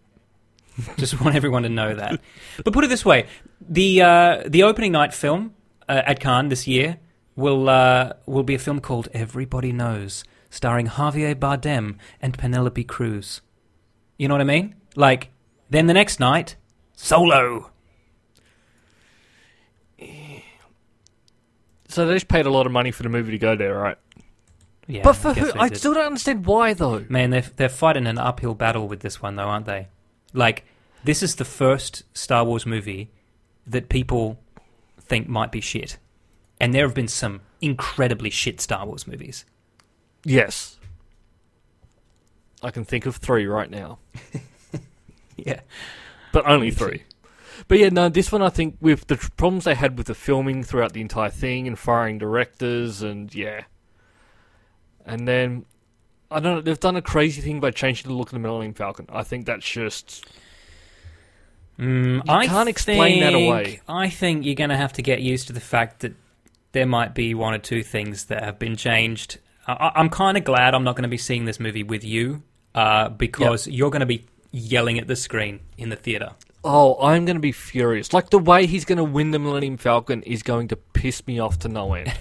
Just want everyone to know that. But put it this way the, uh, the opening night film uh, at Cannes this year will, uh, will be a film called Everybody Knows, starring Javier Bardem and Penelope Cruz. You know what I mean? Like, then the next night, Solo.
So they just paid a lot of money for the movie to go there, right?
Yeah,
but for
guess
who?
they
I
did.
still don't understand why though.
Man, they're, they're fighting an uphill battle with this one, though, aren't they? Like, this is the first Star Wars movie that people think might be shit. And there have been some incredibly shit Star Wars movies.
Yes. I can think of three right now,
Yeah.
but only three. But yeah, no, this one I think with the tr- problems they had with the filming throughout the entire thing and firing directors and yeah. And then I don't know, they've done a crazy thing by changing the look of the Millennium Falcon. I think that's just
Mm,
You
I
can't explain that
think-
away.
I think you're going to have to get used to the fact that there might be one or two things that have been changed. I- I- I'm kind of glad I'm not going to be seeing this movie with you uh, because you're going to be yelling at the screen in the theater.
Oh, I'm going to be furious. Like, the way he's going to win the Millennium Falcon is going to piss me off to no end.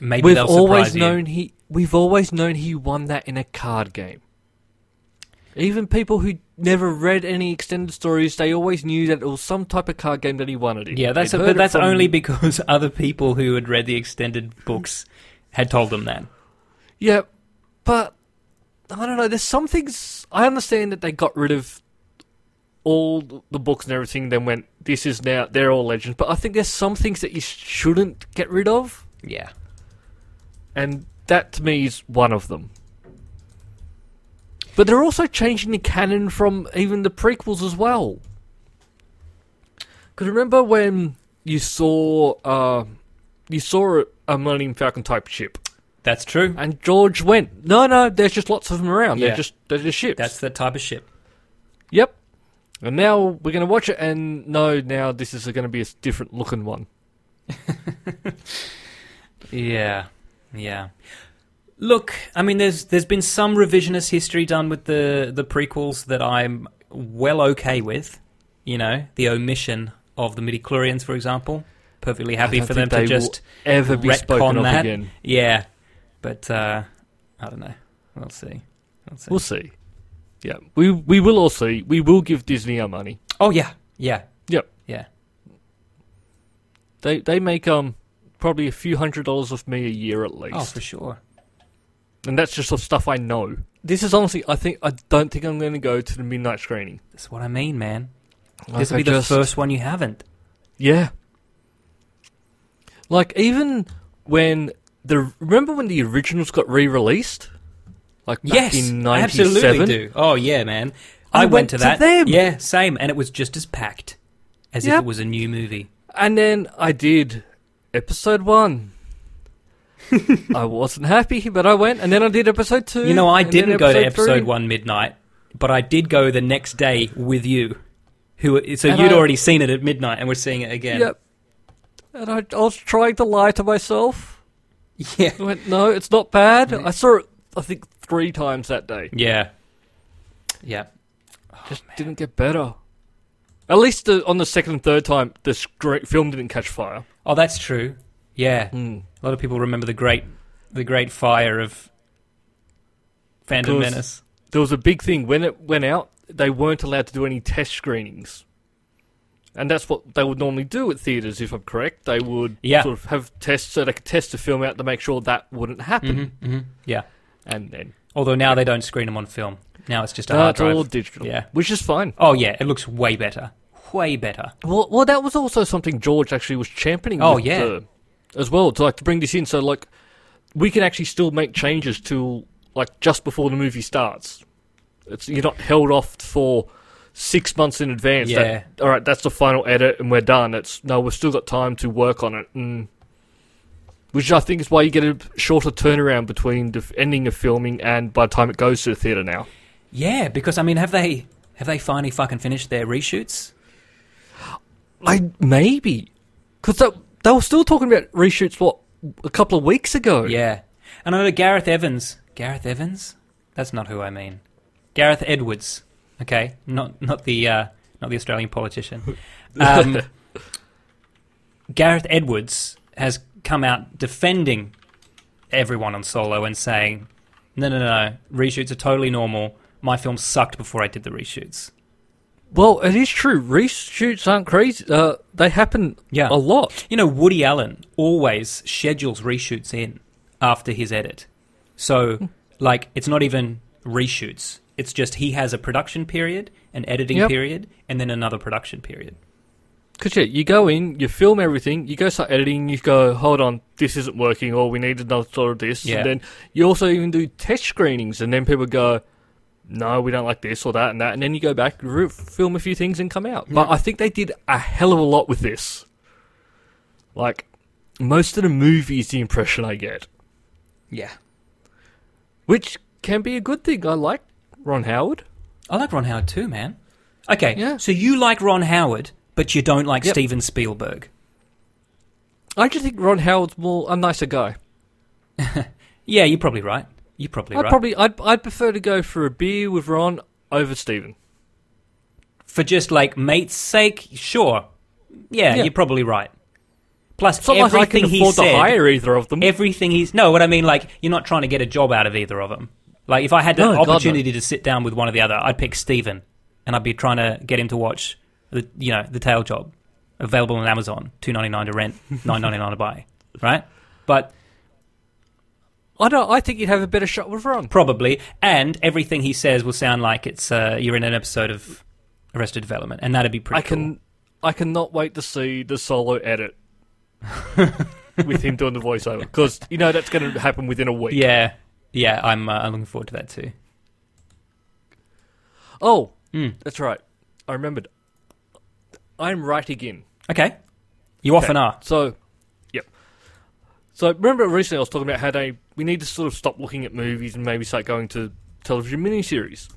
Maybe
we've
they'll
always
surprise you.
known he. We've always known he won that in a card game. Even people who never read any extended stories, they always knew that it was some type of card game that he won it in.
Yeah, that's
They'd heard
but
it
that's
from-
only because other people who had read the extended books had told them that.
yeah, but I don't know. There's some things I understand that they got rid of all the books and everything. Then went, this is now they're all legends. But I think there's some things that you shouldn't get rid of.
Yeah.
and that to me is one of them. But they're also changing the canon from even the prequels as well. Because remember when you saw uh, you saw a Millennium Falcon type ship,
That's true.
and George went, "No, no, there's just lots of them around.
Yeah.
They're just they're just ships."
That's the type of ship.
yep. And now we're going to watch it, and no, now this is going to be a different looking one.
Yeah. Yeah. Look, I mean there's there's been some revisionist history done with the the prequels that I'm well okay with, you know, the omission of the midichlorians for example. Perfectly happy
don't
for them
think
to
they will
just
Ever be
Retcon
spoken of
that.
again?
yeah. But uh I don't know. We'll see. We'll see.
We'll see. Yeah, we we will all see. We will give Disney our money.
Oh yeah. Yeah.
Yep.
Yeah.
They they make um probably a few hundred dollars off me a year at least,
Oh, for sure.
and that's just the stuff I know. This is honestly, I think I don't think I'm going to go to the midnight screening.
That's what I mean, man.
Like,
this will
I
be the
just-
first one you haven't.
Yeah. Like even when the remember when the originals got re-released, like back
Yes,
in
I
'97.
absolutely do. Oh yeah, man.
I
I, went,
went
to
to
that.
them.
Yeah, same, and it was just as packed as if
Yep.
it was a new movie.
And then I did episode one. I wasn't happy, but I went. And then I did episode two.
You know, I
and then
didn't go to episode
three.
one midnight, but I did go the next day with you. Who? So
And
you'd
I-
already seen it at midnight, and we're seeing it again.
Yep. And I, I was trying to lie to myself.
Yeah.
I went, no, it's not bad.
Mm-hmm.
I saw it, I think, three times that day.
Yeah. Yeah. Oh,
Just didn't get better. At least the, on the second and third time, the scre- film didn't catch fire.
Oh, that's true. Yeah.
Hmm.
A lot of people remember the great, the great fire of Phantom
Because-
Menace.
There was a big thing when it went out. They weren't allowed to do any test screenings, and that's what they would normally do at theaters. If I'm correct, they would
Yeah.
sort of have tests so they could test the film out to make sure that wouldn't happen.
Mm-hmm, mm-hmm. Yeah.
And then
Although now they don't screen them on film. Now it's just a
No,
hard
it's all
drive.
digital,
Yeah.
which is fine.
Oh yeah, it looks way better. Way better.
Well, well, that was also something George actually was championing.
Oh,
with
yeah.
the- as well to like to bring this in, so like we can actually still make changes to like just before the movie starts. It's you're not held off for six months in advance. that, all right, that's the final edit, and we're done. It's no, we've still got time to work on it, and which I think is why you get a shorter turnaround between the f- ending of filming and by the time it goes to the theater now.
Yeah, because I mean, have they Have they finally fucking finished their reshoots?
I maybe because they were still talking about reshoots what a couple of weeks ago.
Yeah. And I know Gareth Evans. Gareth Evans? That's not who I mean. Gareth Edwards. Okay, not not the uh, not the Australian politician. Um, Gareth Edwards has come out defending everyone on Solo and saying, "No, no, no, reshoots are totally normal. My film sucked before I did the reshoots."
Well, it is true. Reshoots aren't crazy. Uh, they happen
Yeah.
a lot.
You know, Woody Allen always schedules reshoots in after his edit. So, like, it's not even reshoots. It's just he has a production period, an editing
Yep.
period, and then another production period.
Because yeah, you go in, you film everything, you go start editing, you go, hold on, this isn't working, or we need another sort of this.
Yeah.
And then you also even do test screenings, and then people go, no, we don't like this or that and that. And then you go back, re- film a few things, and come out. But I think they did a hell of a lot with this. Like, most of the movie is the impression I get,
Yeah.
which can be a good thing. I like Ron Howard.
I like Ron Howard too, man. Okay,
Yeah.
so you like Ron Howard, but you don't like
Yep.
Steven Spielberg.
I just think Ron Howard's more a nicer guy.
Yeah, you're probably right. You're probably
I'd
right.
probably I'd I'd prefer to go for a beer with Ron over Steven.
For just like mate's sake, sure. Yeah,
Yeah.
you're probably right. Plus,
It's not like
everything
I can
he
afford
said,
to hire either of them.
everything he's no what i mean like you're not trying to get a job out of either of them like if i had the
No, God, no.
opportunity to sit down with one or the other i'd pick steven and i'd be trying to get him to watch the you know the tail job available on amazon 2.99 to rent 9.99 to buy right but
I don't. I think you'd have a better shot with Ron.
probably and everything he says will sound like it's uh, you're in an episode of arrested development and that'd be pretty
I can. I cannot wait to see the solo edit with him doing the voiceover because you know that's going to happen within a
cool.
week.
yeah yeah i'm uh, i'm looking forward to that too
Oh,
Mm.
that's right. I remembered. I'm right again.
okay you often are
So, yep. So remember recently I was talking about how they we need to sort of stop looking at movies and maybe start going to television miniseries.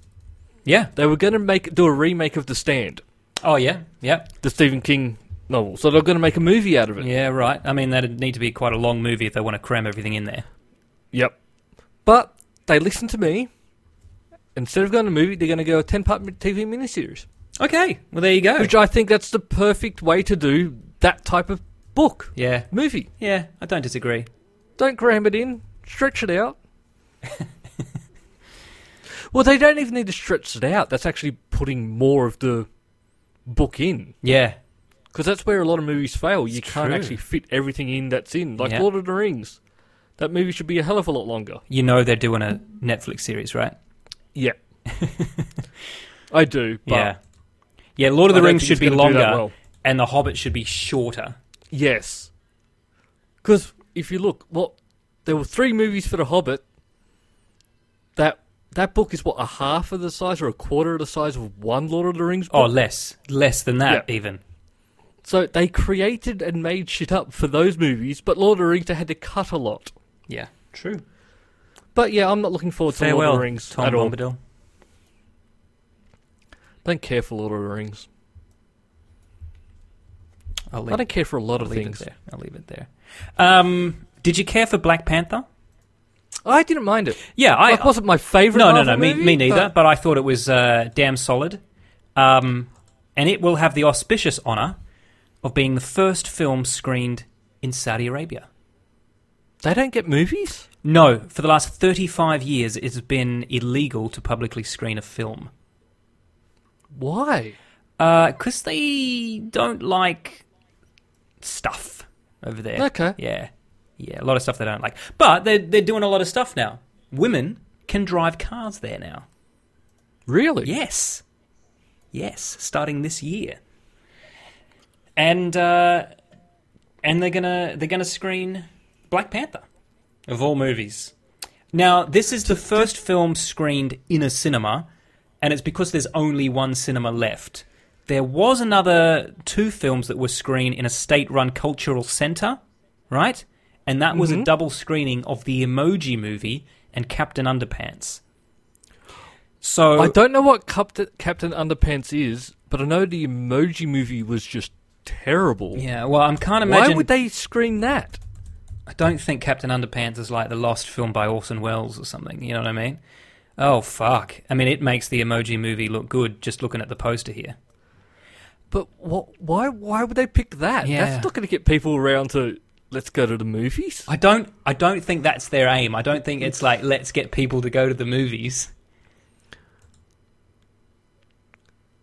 yeah
They were going to make do a remake of The Stand,
oh yeah yeah
the Stephen King novel. So they're going to make a movie out of it.
Yeah, right. I mean, that'd need to be quite a long movie if they want to cram everything in there.
Yep. But they listened to me. Instead of going to movie, they're going to go a ten-part mi- TV miniseries,
Okay, well there you go.
which I think that's the perfect way to do that type of book
Yeah,
movie.
yeah, I don't disagree.
Don't cram it in. Stretch it out. well, they don't even need to stretch it out. That's actually putting more of the book in.
Yeah,
Because that's where a lot of movies fail. You
It's
can't
true.
actually fit everything in that's in. Like
Yeah.
Lord of the Rings. That movie should be a hell of a lot longer.
you know they're doing a Netflix series, right?
Yeah. I do, but
yeah, yeah. Lord of
I
the
don't
Rings
think
should
it's
be
gonna do
longer,
that well.
and The Hobbit should be shorter.
Yes. Because if you look, what there were three movies for The Hobbit. That that book is what a half of the size or a quarter of the size of one Lord of the Rings
Oh,
book.
less, less than that even.
So they created and made shit up for those movies, but Lord of the Rings they had to cut a lot.
Yeah, true.
But yeah, I'm not looking forward to
Farewell,
Lord of the Rings
Tom
at all.
Bombadil.
Don't care for Lord of the Rings.
I'll leave,
I don't care for a lot
I'll
of
leave
things.
it there. I'll leave it there. Um, did you care for Black Panther?
I didn't mind it.
Yeah, I,
Like, it wasn't my favorite.
No, no,
Marvel
no, me,
movie,
me neither. But...
but-
I thought it was uh, damn solid, um, and it will have the auspicious honour of being the first film screened in Saudi Arabia.
They don't get movies.
No, for the last thirty-five years, it's been illegal to publicly screen a film
Why?
because they don't like stuff over there.
Okay.
Yeah, yeah, a lot of stuff they don't like. But they're they're doing a lot of stuff now. Women can drive cars there now.
Really?
Yes. Yes, starting this year. And uh, and they're gonna they're gonna screen Black Panther of all movies. Now this is the first film screened in a cinema, and it's because there's only one cinema left. There was another two films that were screened in a state-run cultural center, right? And that was a double screening of the Emoji Movie and Captain Underpants. So
I don't know what Captain, Captain Underpants is, but I know the Emoji Movie was just terrible.
yeah, well, I'm kind of
Why
imagining.
would they screen that?
I don't think Captain Underpants is like the lost film by Orson Welles or something. You know what I mean? Oh fuck! I mean, it makes the Emoji Movie look good just looking at the poster here.
But what? Why? Why would they pick that?
Yeah.
That's not going to get people around to let's go to the movies.
I don't. I don't think that's their aim. I don't think it's like let's get people to go to the movies.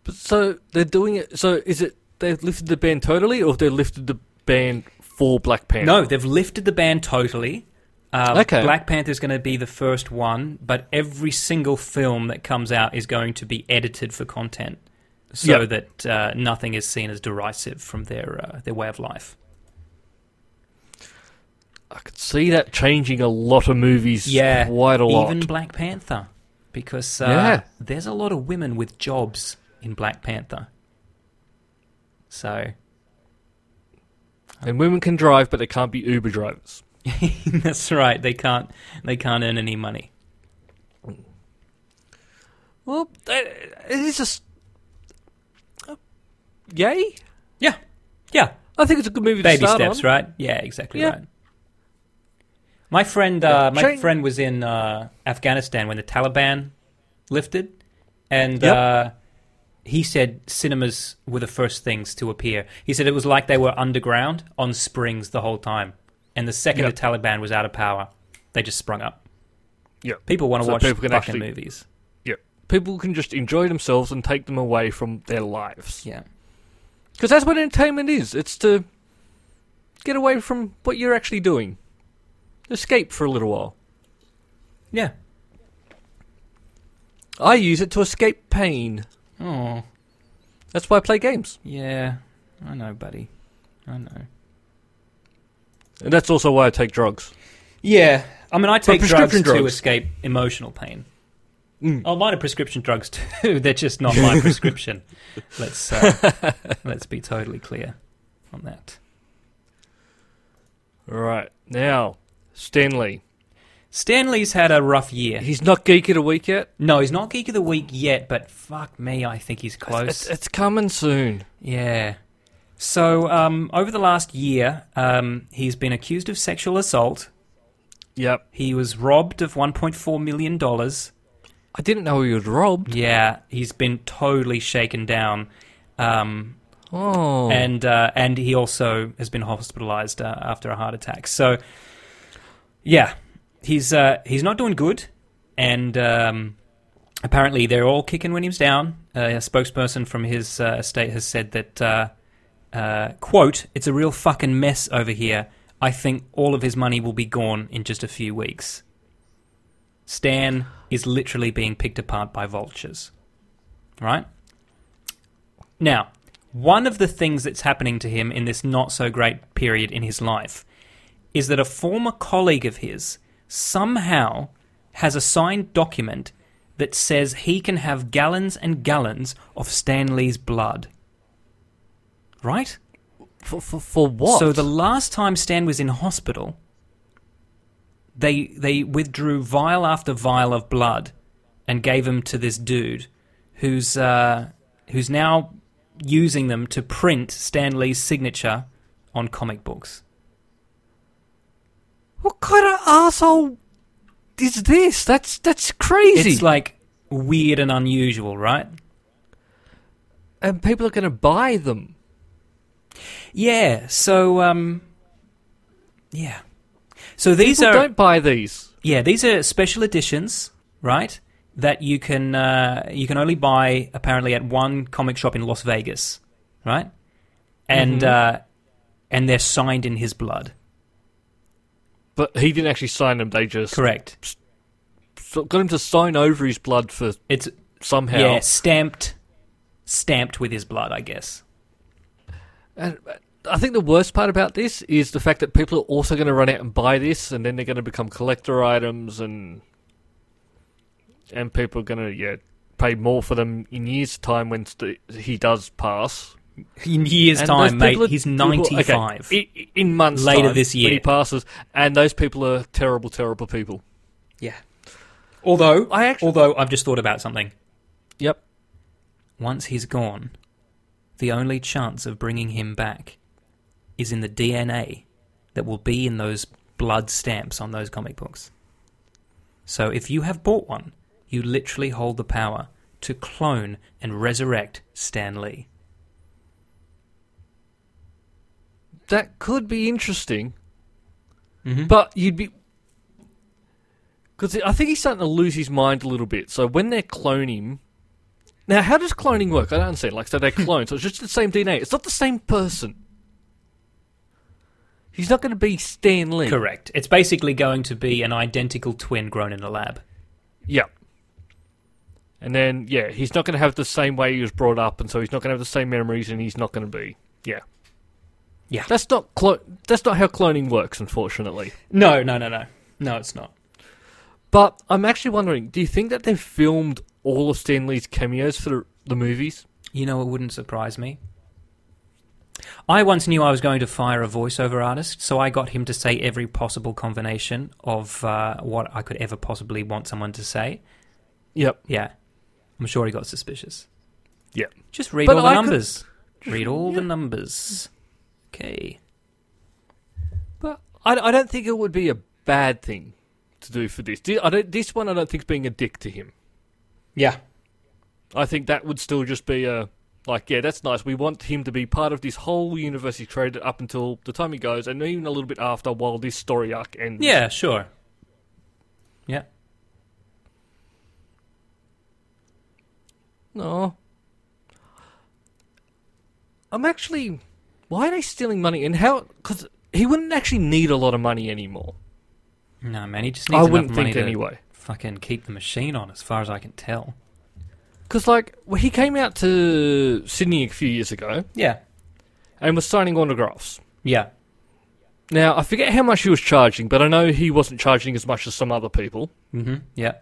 But so they're doing it. So is it they've lifted the ban totally, or they lifted the ban for Black Panther?
No, they've lifted the ban totally. Um,
Okay.
Black Panther's going to be the first one, but every single film that comes out is going to be edited for content, so
Yep.
that uh, nothing is seen as derisive from their uh, their way of life.
I could see that changing a lot of movies.
Yeah,
quite a lot.
Even Black Panther, because uh,
Yeah.
there's a lot of women with jobs in Black Panther. So
and women can drive, but they can't be Uber drivers.
that's right. They can't they can't earn any money.
Well, it is just yay.
Yeah, yeah.
I think it's a good movie
baby
to start
steps,
on.
right? Yeah, exactly
Yeah.
right. My friend,
Yeah.
uh, my
Train-
friend was in uh, Afghanistan when the Taliban lifted, and
Yep.
uh, he said cinemas were the first things to appear. He said it was like they were underground on springs the whole time, and the second
Yep.
the Taliban was out of power, they just sprung up.
Yeah,
People want to
So
watch
people can
fucking
actually-
movies.
yeah. People can just enjoy themselves and take them away from their lives.
Yeah,
Because that's what entertainment is. It's to get away from what you're actually doing. Escape for a little while.
yeah.
I use it to escape pain.
Oh,
That's why I play games.
yeah. I know, buddy. I know.
And that's also why I take drugs.
Yeah, I mean, I take drugs,
prescription
to
drugs.
escape emotional pain.
Mm.
Oh, mine are prescription drugs too. They're just not my prescription. Let's uh, let's be totally clear on that.
Right. Now, Stanley.
Stanley's had a rough year.
He's not Geek of the Week yet.
No, he's not geek of the week yet, but fuck me, I think he's close.
It's, it's coming soon.
Yeah. So um, over the last year, um, he's been accused of sexual assault.
Yep.
He was robbed of 1.4 million dollars.
I didn't know he was robbed.
Yeah, he's been totally shaken down. Um,
Oh.
and uh, and he also has been hospitalized uh, after a heart attack. So, yeah, he's uh, he's not doing good, and um, apparently they're all kicking Williams down. Uh, a spokesperson from his uh, estate has said that uh, uh, quote It's a real fucking mess over here. I think all of his money will be gone in just a few weeks. Stan is literally being picked apart by vultures. Right? Now, one of the things that's happening to him in this not so great period in his life is that a former colleague of his somehow has a signed document that says he can have gallons and gallons of Stanley's blood. Right?
for, for, for what?
So the last time Stan was in hospital, they they withdrew vial after vial of blood and gave them to this dude who's uh, who's now using them to print Stan Lee's signature on comic books.
What kind of asshole is this? That's that's crazy.
It's like weird and unusual, right?
and people are going to buy them.
Yeah. So um, yeah. So these
People
are
don't buy these.
Yeah, these are special editions, right? That you can uh, you can only buy apparently at one comic shop in Las Vegas, right? And
Mm-hmm.
uh, and they're signed in his blood.
But he didn't actually sign them. They just
Correct.
so- got him to sign over his blood for
It's
somehow.
yeah, stamped stamped with his blood, I guess.
And uh, I think the worst part about this is the fact that people are also going to run out and buy this, and then they're going to become collector items, and and people are going to yeah pay more for them in years' time when st- he does pass.
In years
And
time,
those
mate,
people are-
he's
well, okay,
ninety five.
i- in months
Later
time,
this year.
when he passes, and those people are terrible, terrible people.
Yeah. Although
I actually-
although I've just thought about something.
Yep.
Once he's gone, the only chance of bringing him back is in the DNA that will be in those blood stamps on those comic books. So if you have bought one, you literally hold the power to clone and resurrect Stan Lee.
That could be interesting,
Mhm.
but you'd be. Because I think he's starting to lose his mind a little bit. So when they clone him. Now, how does cloning work? I don't understand. Like, so they clone, so it's just the same DNA. It's not the same person. He's not going to be Stan Lee.
Correct. It's basically going to be an identical twin grown in a lab.
Yeah. And then, yeah, he's not going to have the same way he was brought up, and so he's not going to have the same memories, and he's not going to be. Yeah.
Yeah.
That's not clo- That's not how cloning works, unfortunately.
No, no, no, no. No, it's not.
But I'm actually wondering, do you think that they filmed all of Stan Lee's cameos for the, the movies?
You know, it wouldn't surprise me. I once knew I was going to fire a voiceover artist, so I got him to say every possible combination of uh, what I could ever possibly want someone to say.
Yep.
Yeah. I'm sure he got suspicious.
Yeah.
Just read
But
all the
I could-
numbers. Read all the
yeah.
numbers. Okay.
But I, I don't think it would be a bad thing to do for this. Thi- I don't, this one I don't think is being a dick to him.
Yeah.
I think that would still just be a like, yeah, that's nice. We want him to be part of this whole universe he's created up until the time he goes, and even a little bit after, while this story arc ends.
Yeah, sure. Yeah.
No. I'm actually. Why are they stealing money? And how? Because he wouldn't actually need a lot of money anymore.
No, man, he just needs
I
enough
wouldn't
money
think
to
anyway.
fucking keep the machine on, as far as I can tell.
Because like well, he came out to Sydney a few years ago
Yeah.
and was signing autographs.
Yeah.
Now I forget how much he was charging, but I know he wasn't charging as much as some other people.
Mm-hmm. Yeah.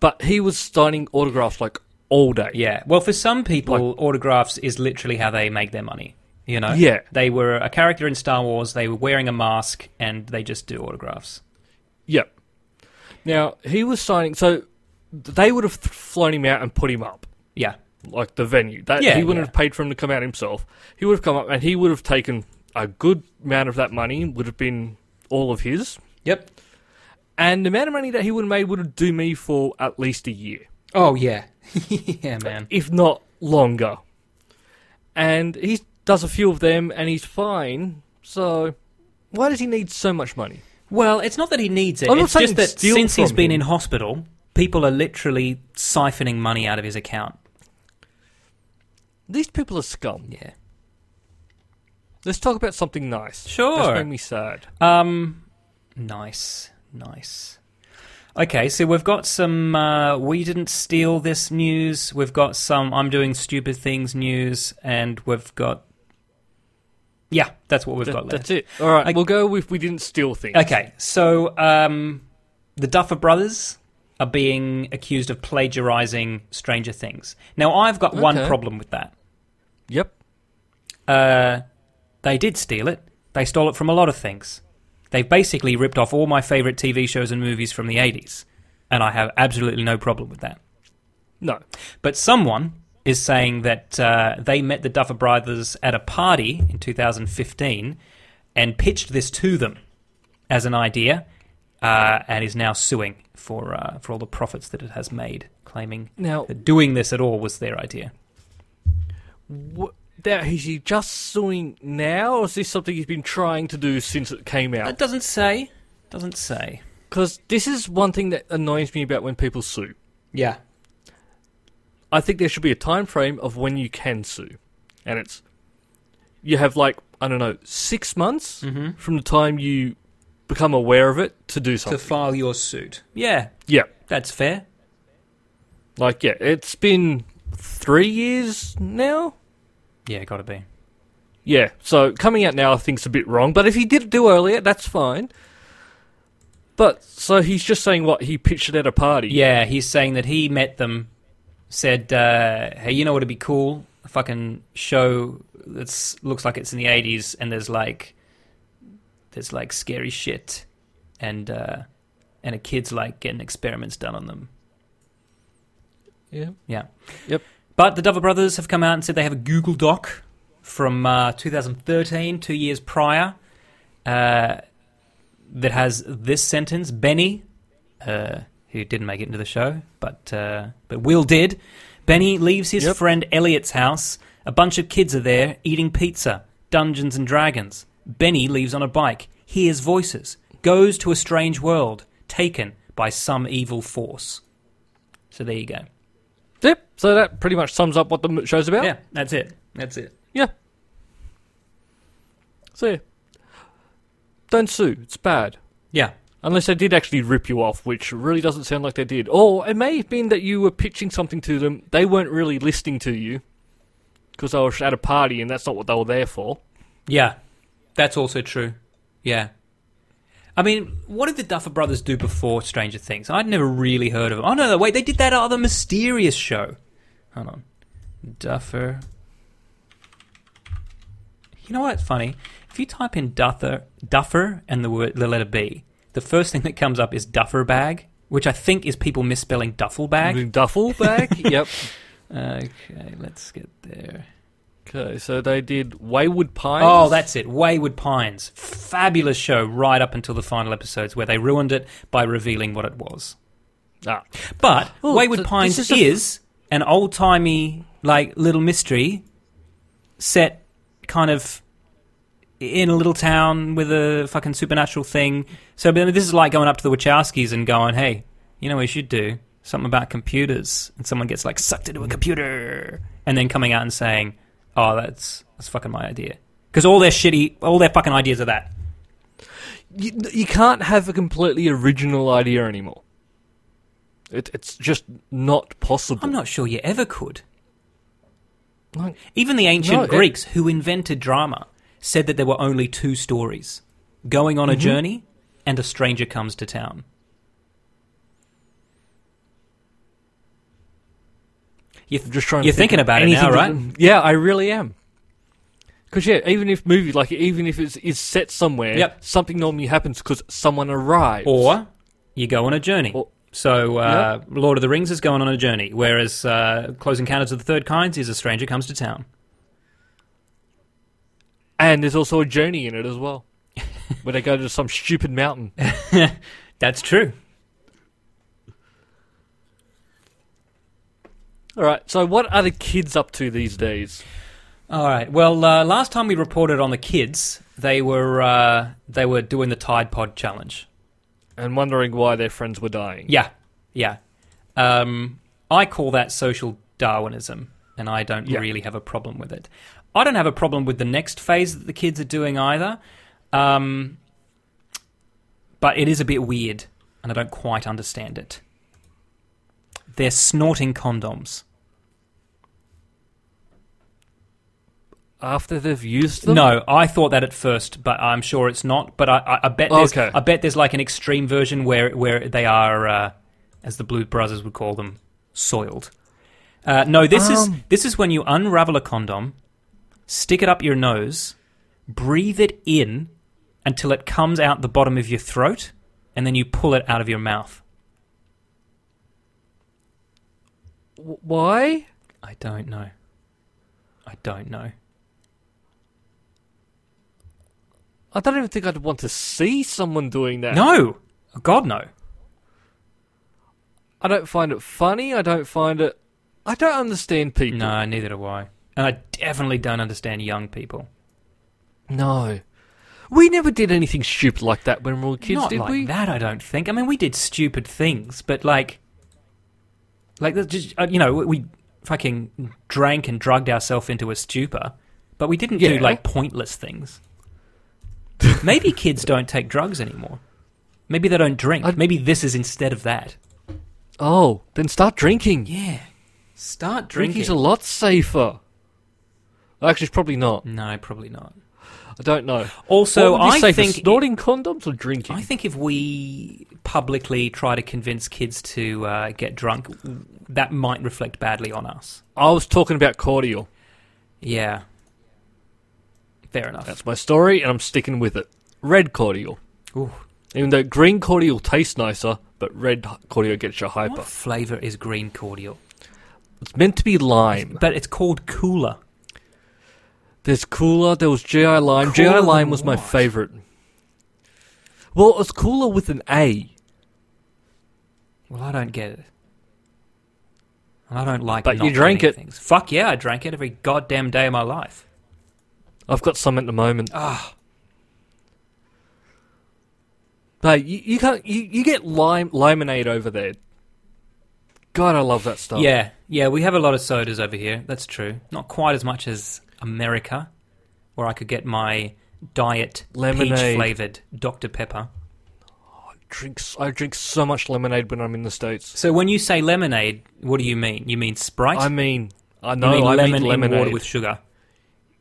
But he was signing autographs like all day.
Yeah. Well, for some people, autographs is literally how they make their money. You know?
Yeah.
They were a character in Star Wars, they were wearing a mask, and they just do autographs.
Yep. Now he was signing, so they would have th- flown him out and put him up,
Yeah.
like the venue. That
Yeah,
he wouldn't
yeah.
have paid for him to come out himself. He would have come up and he would have taken a good amount of that money. Would have been all of his,
Yep.
and the amount of money that he would have made would have do me for at least a year.
Oh, yeah. yeah, man.
if not longer. And he does a few of them and he's fine. So why does he need so much money?
Well, it's not that he needs it.
I'm not
it's just
saying
that
steal
since he's
from
been
him.
in hospital, people are literally siphoning money out of his account.
These people are scum.
Yeah.
Let's talk about something nice.
Sure.
That's made me sad.
Um, nice, nice. Okay, so we've got some uh, we didn't steal this news. We've got some I'm doing stupid things news, and we've got yeah, that's what we've
That-
got left.
that's it. All right,
I-
we'll go with we didn't steal things.
Okay, so um, the Duffer Brothers are being accused of plagiarizing Stranger Things. Now, I've got one
Okay.
problem with that.
Yep.
Uh, they did steal it. They stole it from a lot of things. They've basically ripped off all my favorite TV shows and movies from the 80s, and I have absolutely no problem with that.
No.
But someone is saying that uh, they met the Duffer Brothers at a party in 2015 and pitched this to them as an idea, uh, and is now suing for uh, for all the profits that it has made, claiming
Now,
that doing this at all was their idea.
wh- now is he just suing now, or is this something he's been trying to do since it came
That
out?
doesn't say. Doesn't say.
Because this is one thing that annoys me about when people sue.
Yeah.
I think there should be a time frame of when you can sue, and it's you have like I don't know six months
Mhm.
from the time you become aware of it to do
to
something.
file your suit. Yeah,
yeah,
that's fair.
like yeah, it's been three years now.
Yeah, gotta be.
Yeah, so coming out now I think's a bit wrong, but if he did it do earlier, that's fine. But so he's just saying what he pitched it at a party.
Yeah, he's saying that he met them, said, uh, "Hey, you know what'd be cool? A fucking show that looks like it's in the '80s, and there's like, there's like scary shit, and uh, and a kid's like getting experiments done on them.
Yeah.
Yeah.
Yep.
But the Dover brothers have come out and said they have a Google Doc from uh, 2013, two years prior, uh, that has this sentence: Benny, uh, who didn't make it into the show, but uh, but Will did. Benny leaves his
Yep.
friend Elliot's house. A bunch of kids are there eating pizza, Dungeons and Dragons. Benny leaves on a bike, hears voices, goes to a strange world, taken by some evil force. So there you go.
Yep. So that pretty much sums up what the m- show's about.
Yeah, that's it. That's it.
Yeah. So yeah. Don't sue. It's bad.
Yeah.
Unless they did actually rip you off, which really doesn't sound like they did. Or it may have been that you were pitching something to them. They weren't really listening to you because they were at a party and that's not what they were there for.
Yeah. That's also true. Yeah. I mean, what did the Duffer Brothers do before Stranger Things? I'd never really heard of them. Oh, no, no, wait, they did that other mysterious show. Hold on. Duffer. You know what's funny? If you type in Duffer, Duffer and the, word, the letter B, the first thing that comes up is Duffer Bag, which I think is people misspelling Duffel Bag.
Duffel bag? yep.
Okay, let's get there.
Okay, so they did Wayward Pines.
Oh, that's it. Wayward Pines. Fabulous show right up until the final episodes where they ruined it by revealing what it was.
Ah.
But
Oh,
Wayward
th-
Pines
this
is,
is a-
an old timey, like, little mystery set kind of in a little town with a fucking supernatural thing. So but this is like going up to the Wachowskis and going, hey, you know what you should do? Something about computers. And someone gets, like, sucked into a computer. And then coming out and saying, oh, that's, that's fucking my idea. Because all their shitty, all their fucking ideas are that.
You, you can't have a completely original idea anymore. It, it's just not possible.
I'm not sure you ever could.
Like,
Even the ancient
No, it-
Greeks, who invented drama, said that there were only two stories going on a journey and a stranger comes to town. You
I'm
th-
just trying.
You're
to think
thinking
of
about it now,
anything
right?
that- Yeah, I really am. Because yeah, even if movie like even if it's is set somewhere,
Yep.
something normally happens because someone arrives.
or you go on a journey.
Or-
so, uh, Lord of the Rings is going on a journey, whereas uh, Close Encounters of the Third Kind is a stranger comes to town.
and there's also a journey in it as well, where they go to some stupid mountain.
That's true.
All right, so what are the kids up to these days?
All right. Well, uh, last time we reported on the kids, they were uh, they were doing the Tide Pod challenge.
And wondering why their friends were dying.
Yeah, yeah. Um, I call that social Darwinism, and I don't
Yeah.
really have a problem with it. I don't have a problem with the next phase that the kids are doing either, um, but it is a bit weird, and I don't quite understand it. They're snorting condoms.
After they've used them.
No, I thought that at first, but I'm sure it's not. But I, I, I bet there's,
Okay.
I bet there's like an extreme version where where they are, uh, as the Blue Brothers would call them, soiled. Uh, no, this is
Um.
this is when you unravel a condom, stick it up your nose, breathe it in until it comes out the bottom of your throat, and then you pull it out of your mouth.
W- why?
I don't know. I don't know.
I don't even think I'd want to see someone doing that.
No, God no.
I don't find it funny. I don't find it. I don't understand people.
No, neither do I. And I definitely don't understand young people.
No. We never did anything stupid like that when we were kids,
Not
did
like
we?
that, I don't think. I mean, we did stupid things, but like, like that's just uh, you know, we- we fucking drank and drugged ourselves into a stupor, but we didn't do
Yeah.
like pointless things. Maybe kids don't take drugs anymore. Maybe they don't drink.
I'd-
Maybe this is instead of that.
Oh, then start drinking.
Yeah, start drinking.
Drinking's a lot safer. Actually, it's probably not.
no, probably not.
I don't know.
Also,
What would you
I
say
think
for snorting condoms or drinking.
I think if we publicly try to convince kids to uh, get drunk, that might reflect badly on us.
I was talking about cordial.
Yeah. Fair enough.
That's my story, and I'm sticking with it. Red cordial.
Ooh,
Even though green cordial tastes nicer, but red cordial gets you hyper.
What flavour is green cordial?
It's meant to be lime.
But it's called cooler.
There's cooler. There was GI lime.
Cooler
GI
than
lime was my
what?
favorite. Well, it's cooler with an A,
Well, I don't get it. And I don't like.
But
not
you drank
getting
it.
Things. Fuck yeah, I drank it every goddamn day of my life.
I've got some at the moment.
Ah.
But you, you can't. You, you get lime limonade over there. God, I love that stuff.
Yeah, yeah, we have a lot of sodas over here. That's true. Not quite as much as America, where I could get my diet
Lemonade.
peach flavored Dr Pepper.
drinks. I drink so much lemonade when I'm in the states.
So when you say lemonade, what do you mean? You mean Sprite?
I mean, I
you
know.
mean
I
lemon
mean lemonade
in water with sugar?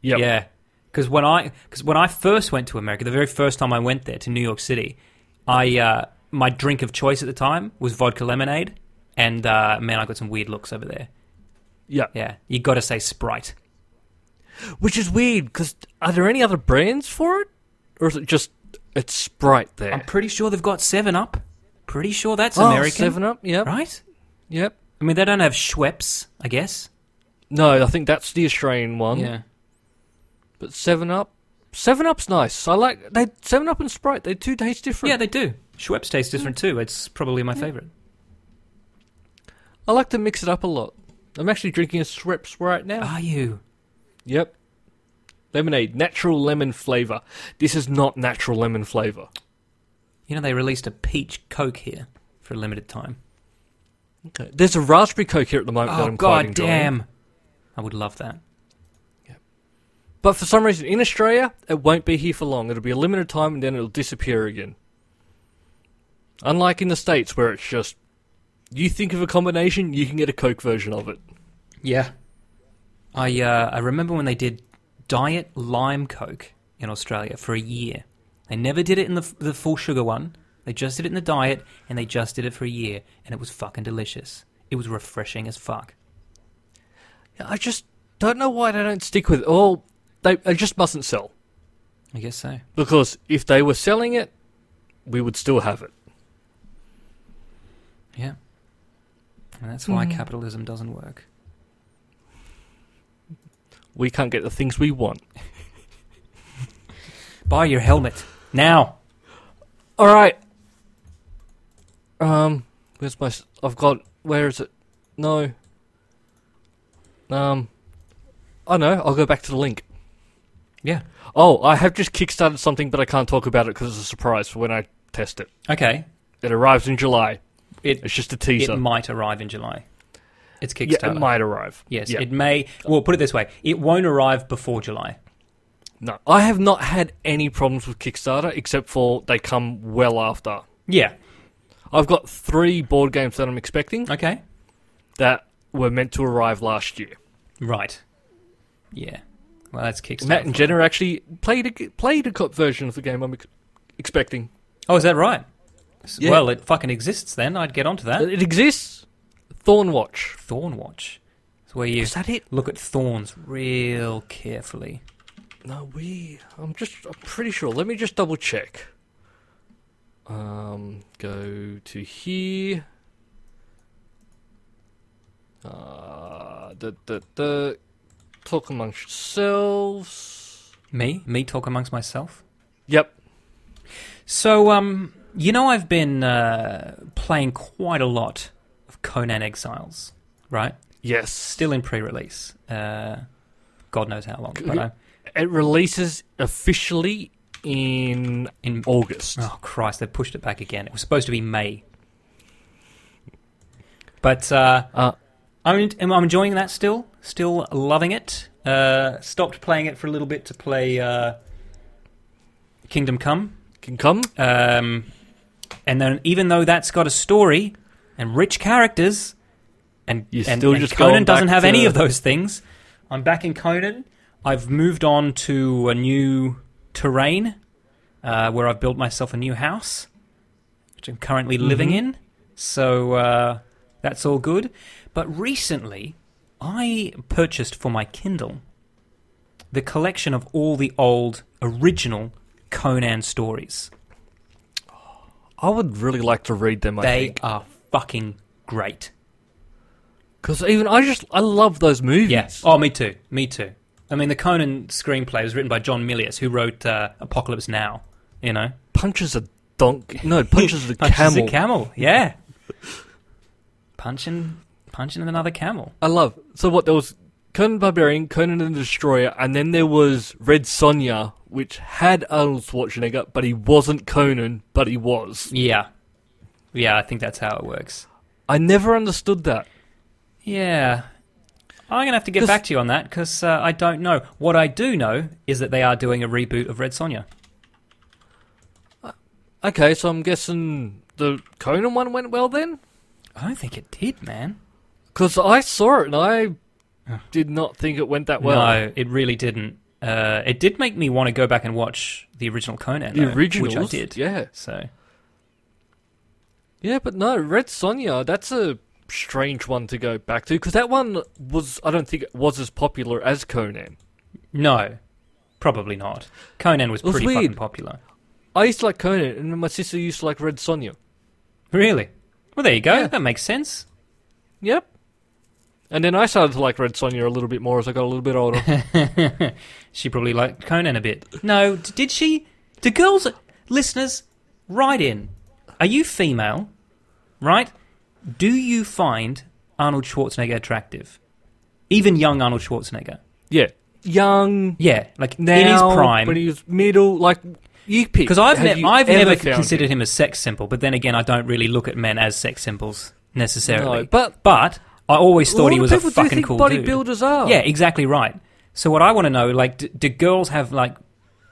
Yep.
Yeah. Because when I because when I first went to America, the very first time I went there to New York City, I uh, my drink of choice at the time was vodka lemonade, and uh, man, I got some weird looks over there.
yeah,
Yeah, you got to say Sprite.
Which is weird because are there any other brands for it, or is it just it's Sprite there?
I'm pretty sure they've got Seven Up. Pretty sure that's
Oh,
American,
Seven Up. Yep.
right?
Yep.
I mean, they don't have Schweppes, I guess.
No, I think that's the Australian one.
yeah,
But Seven Up, Seven Up's nice. I like they Seven Up and Sprite. They two taste different.
yeah, they do. Schweppes tastes different too. It's probably my favorite.
I like to mix it up a lot. I'm actually drinking a Schweppes right now.
Are you?
Yep. Lemonade, natural lemon flavor. This is not natural lemon flavor.
You know, they released a peach Coke here for a limited time.
Okay. There's a raspberry coke here at the moment that
Oh
I'm quite
god
enjoying.
damn! I would love that.
But for some reason in Australia, it won't be here for long. It'll be a limited time and then it'll disappear again. Unlike in the States where it's just you think of a combination, you can get a Coke version of it.
Yeah. I uh, I remember when they did diet lime coke in Australia for a year. They never did it in the f- the full sugar one. They just did it in the diet, and they just did it for a year, and it was fucking delicious. It was refreshing as fuck.
I just don't know why they don't stick with it. Well, they, they just mustn't sell.
I guess so.
Because if they were selling it, we would still have it.
Yeah. And that's why capitalism doesn't work.
We can't get the things we want.
Buy your helmet now.
All right. Um, where's my? s- I've got. Where is it? No. Um, I know. I'll go back to the link.
Yeah.
Oh, I have just kickstarted something, but I can't talk about it because it's a surprise for when I test it.
Okay.
It arrives in July.
It
It's just a
it
teaser.
might arrive in July. It's Kickstarter.
yeah, it might arrive.
Yes,
Yeah.
it may. Well, put it this way: it won't arrive before July.
No, I have not had any problems with Kickstarter except for they come well after.
Yeah.
I've got three board games that I'm expecting
Okay.
that were meant to arrive last year.
Right. Yeah. Well, that's Kickstarter.
Matt and
for you.
Jenna actually played a, played a cop version of the game I'm ex- expecting.
Oh, is that right? S-
Yeah.
Well, it fucking exists. Then I'd get onto that.
It it exists. Thornwatch.
Thornwatch. It's where you
Is that it?
look at thorns real carefully.
No, we. I'm just. I'm pretty sure. Let me just double check. Um, go to here. Uh, the the the talk amongst yourselves.
Me, me talk amongst myself.
Yep.
So, um, you know, I've been uh, playing quite a lot of Conan Exiles, right?
Yes.
Still in pre-release. Uh, God knows how long, but I'm
It releases officially in
in
August.
Oh Christ! They pushed it back again. It was supposed to be May, but uh,
Uh,
I'm I'm enjoying that still. Still loving it. Uh, stopped playing it for a little bit to play uh, Kingdom Come,
can come.
um, and then even though that's got a story and rich characters, and,
You're
and,
still
and
just
Conan
going back
doesn't have any
to-
of those things, I'm back in Conan. I've moved on to a new terrain uh, where I've built myself a new house, which I'm currently living
Mhm.
in. So uh, that's all good. But recently, I purchased for my Kindle the collection of all the old original Conan stories.
I would really like to read them. I
They
think
are fucking great.
because even I just I love those movies.
Yes. Oh, me too. Me too. I mean, the Conan screenplay was written by John Milius, who wrote uh, Apocalypse Now. You know,
punches a donkey. No, punches the
punches
camel.
a camel. Yeah, punching, punching another camel.
I love. So what there was Conan the Barbarian, Conan the Destroyer, and then there was Red Sonja, which had Arnold Schwarzenegger, but he wasn't Conan, but he was.
Yeah, yeah. I think that's how it works.
I never understood that.
Yeah. I'm going to have to get
'Cause-
back to you on that because uh, I don't know. What I do know is that they are doing a reboot of Red Sonja.
Okay, so I'm guessing the Conan one went well then,
I don't think it did, man.
because I saw it and I did not think it went that well.
no, it really didn't. Uh, it did make me want to go back and watch the original Conan.
The
though,
originals,
Which I did.
yeah,
So,
yeah, but no, Red Sonja. That's a strange one to go back to because that one was I don't think it was as popular as Conan.
no, probably not. Conan was
It was
pretty
weird.
fucking popular.
I used to like Conan, and my sister used to like Red Sonja.
Really? Well, there you go.
Yeah.
That makes sense.
Yep. And then I started to like Red Sonja a little bit more as I got a little bit older.
She probably liked Conan a bit. No, d- did she? Do girls, listeners, write in. Are you female? Right? Do you find Arnold Schwarzenegger attractive? Even young Arnold Schwarzenegger.
yeah. Young
Yeah, like
now,
in his prime.
when he was middle, like you pick.
Because I've,
Have
ne-
you
I've
ever
never
found
considered
him?
him a sex symbol, but then again, I don't really look at men as sex symbols necessarily.
No, but
but I always thought
lot
he
of
was a
people do
fucking
think
cool dude.
bodybuilders are.
Yeah, exactly right. So what I want to know, like, do, do girls have like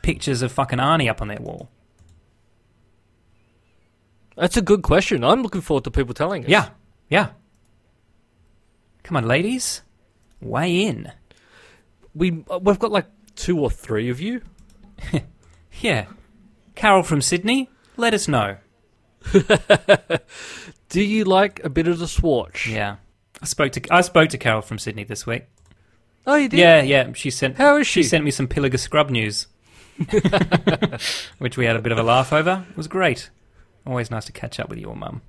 pictures of fucking Arnie up on their wall?
That's a good question. I'm looking forward to people telling us.
Yeah, yeah. Come on, ladies, weigh in.
we uh, we've got like two or three of you.
Yeah, Carol from Sydney, let us know.
Do you like a bit of the swatch?
Yeah, I spoke to I spoke to Carol from Sydney this week.
Oh, you did.
Yeah, yeah. She sent
How is she?
she sent me some Pilliga Scrub news, which we had a bit of a laugh over. It was great. Always nice to catch up with your mum.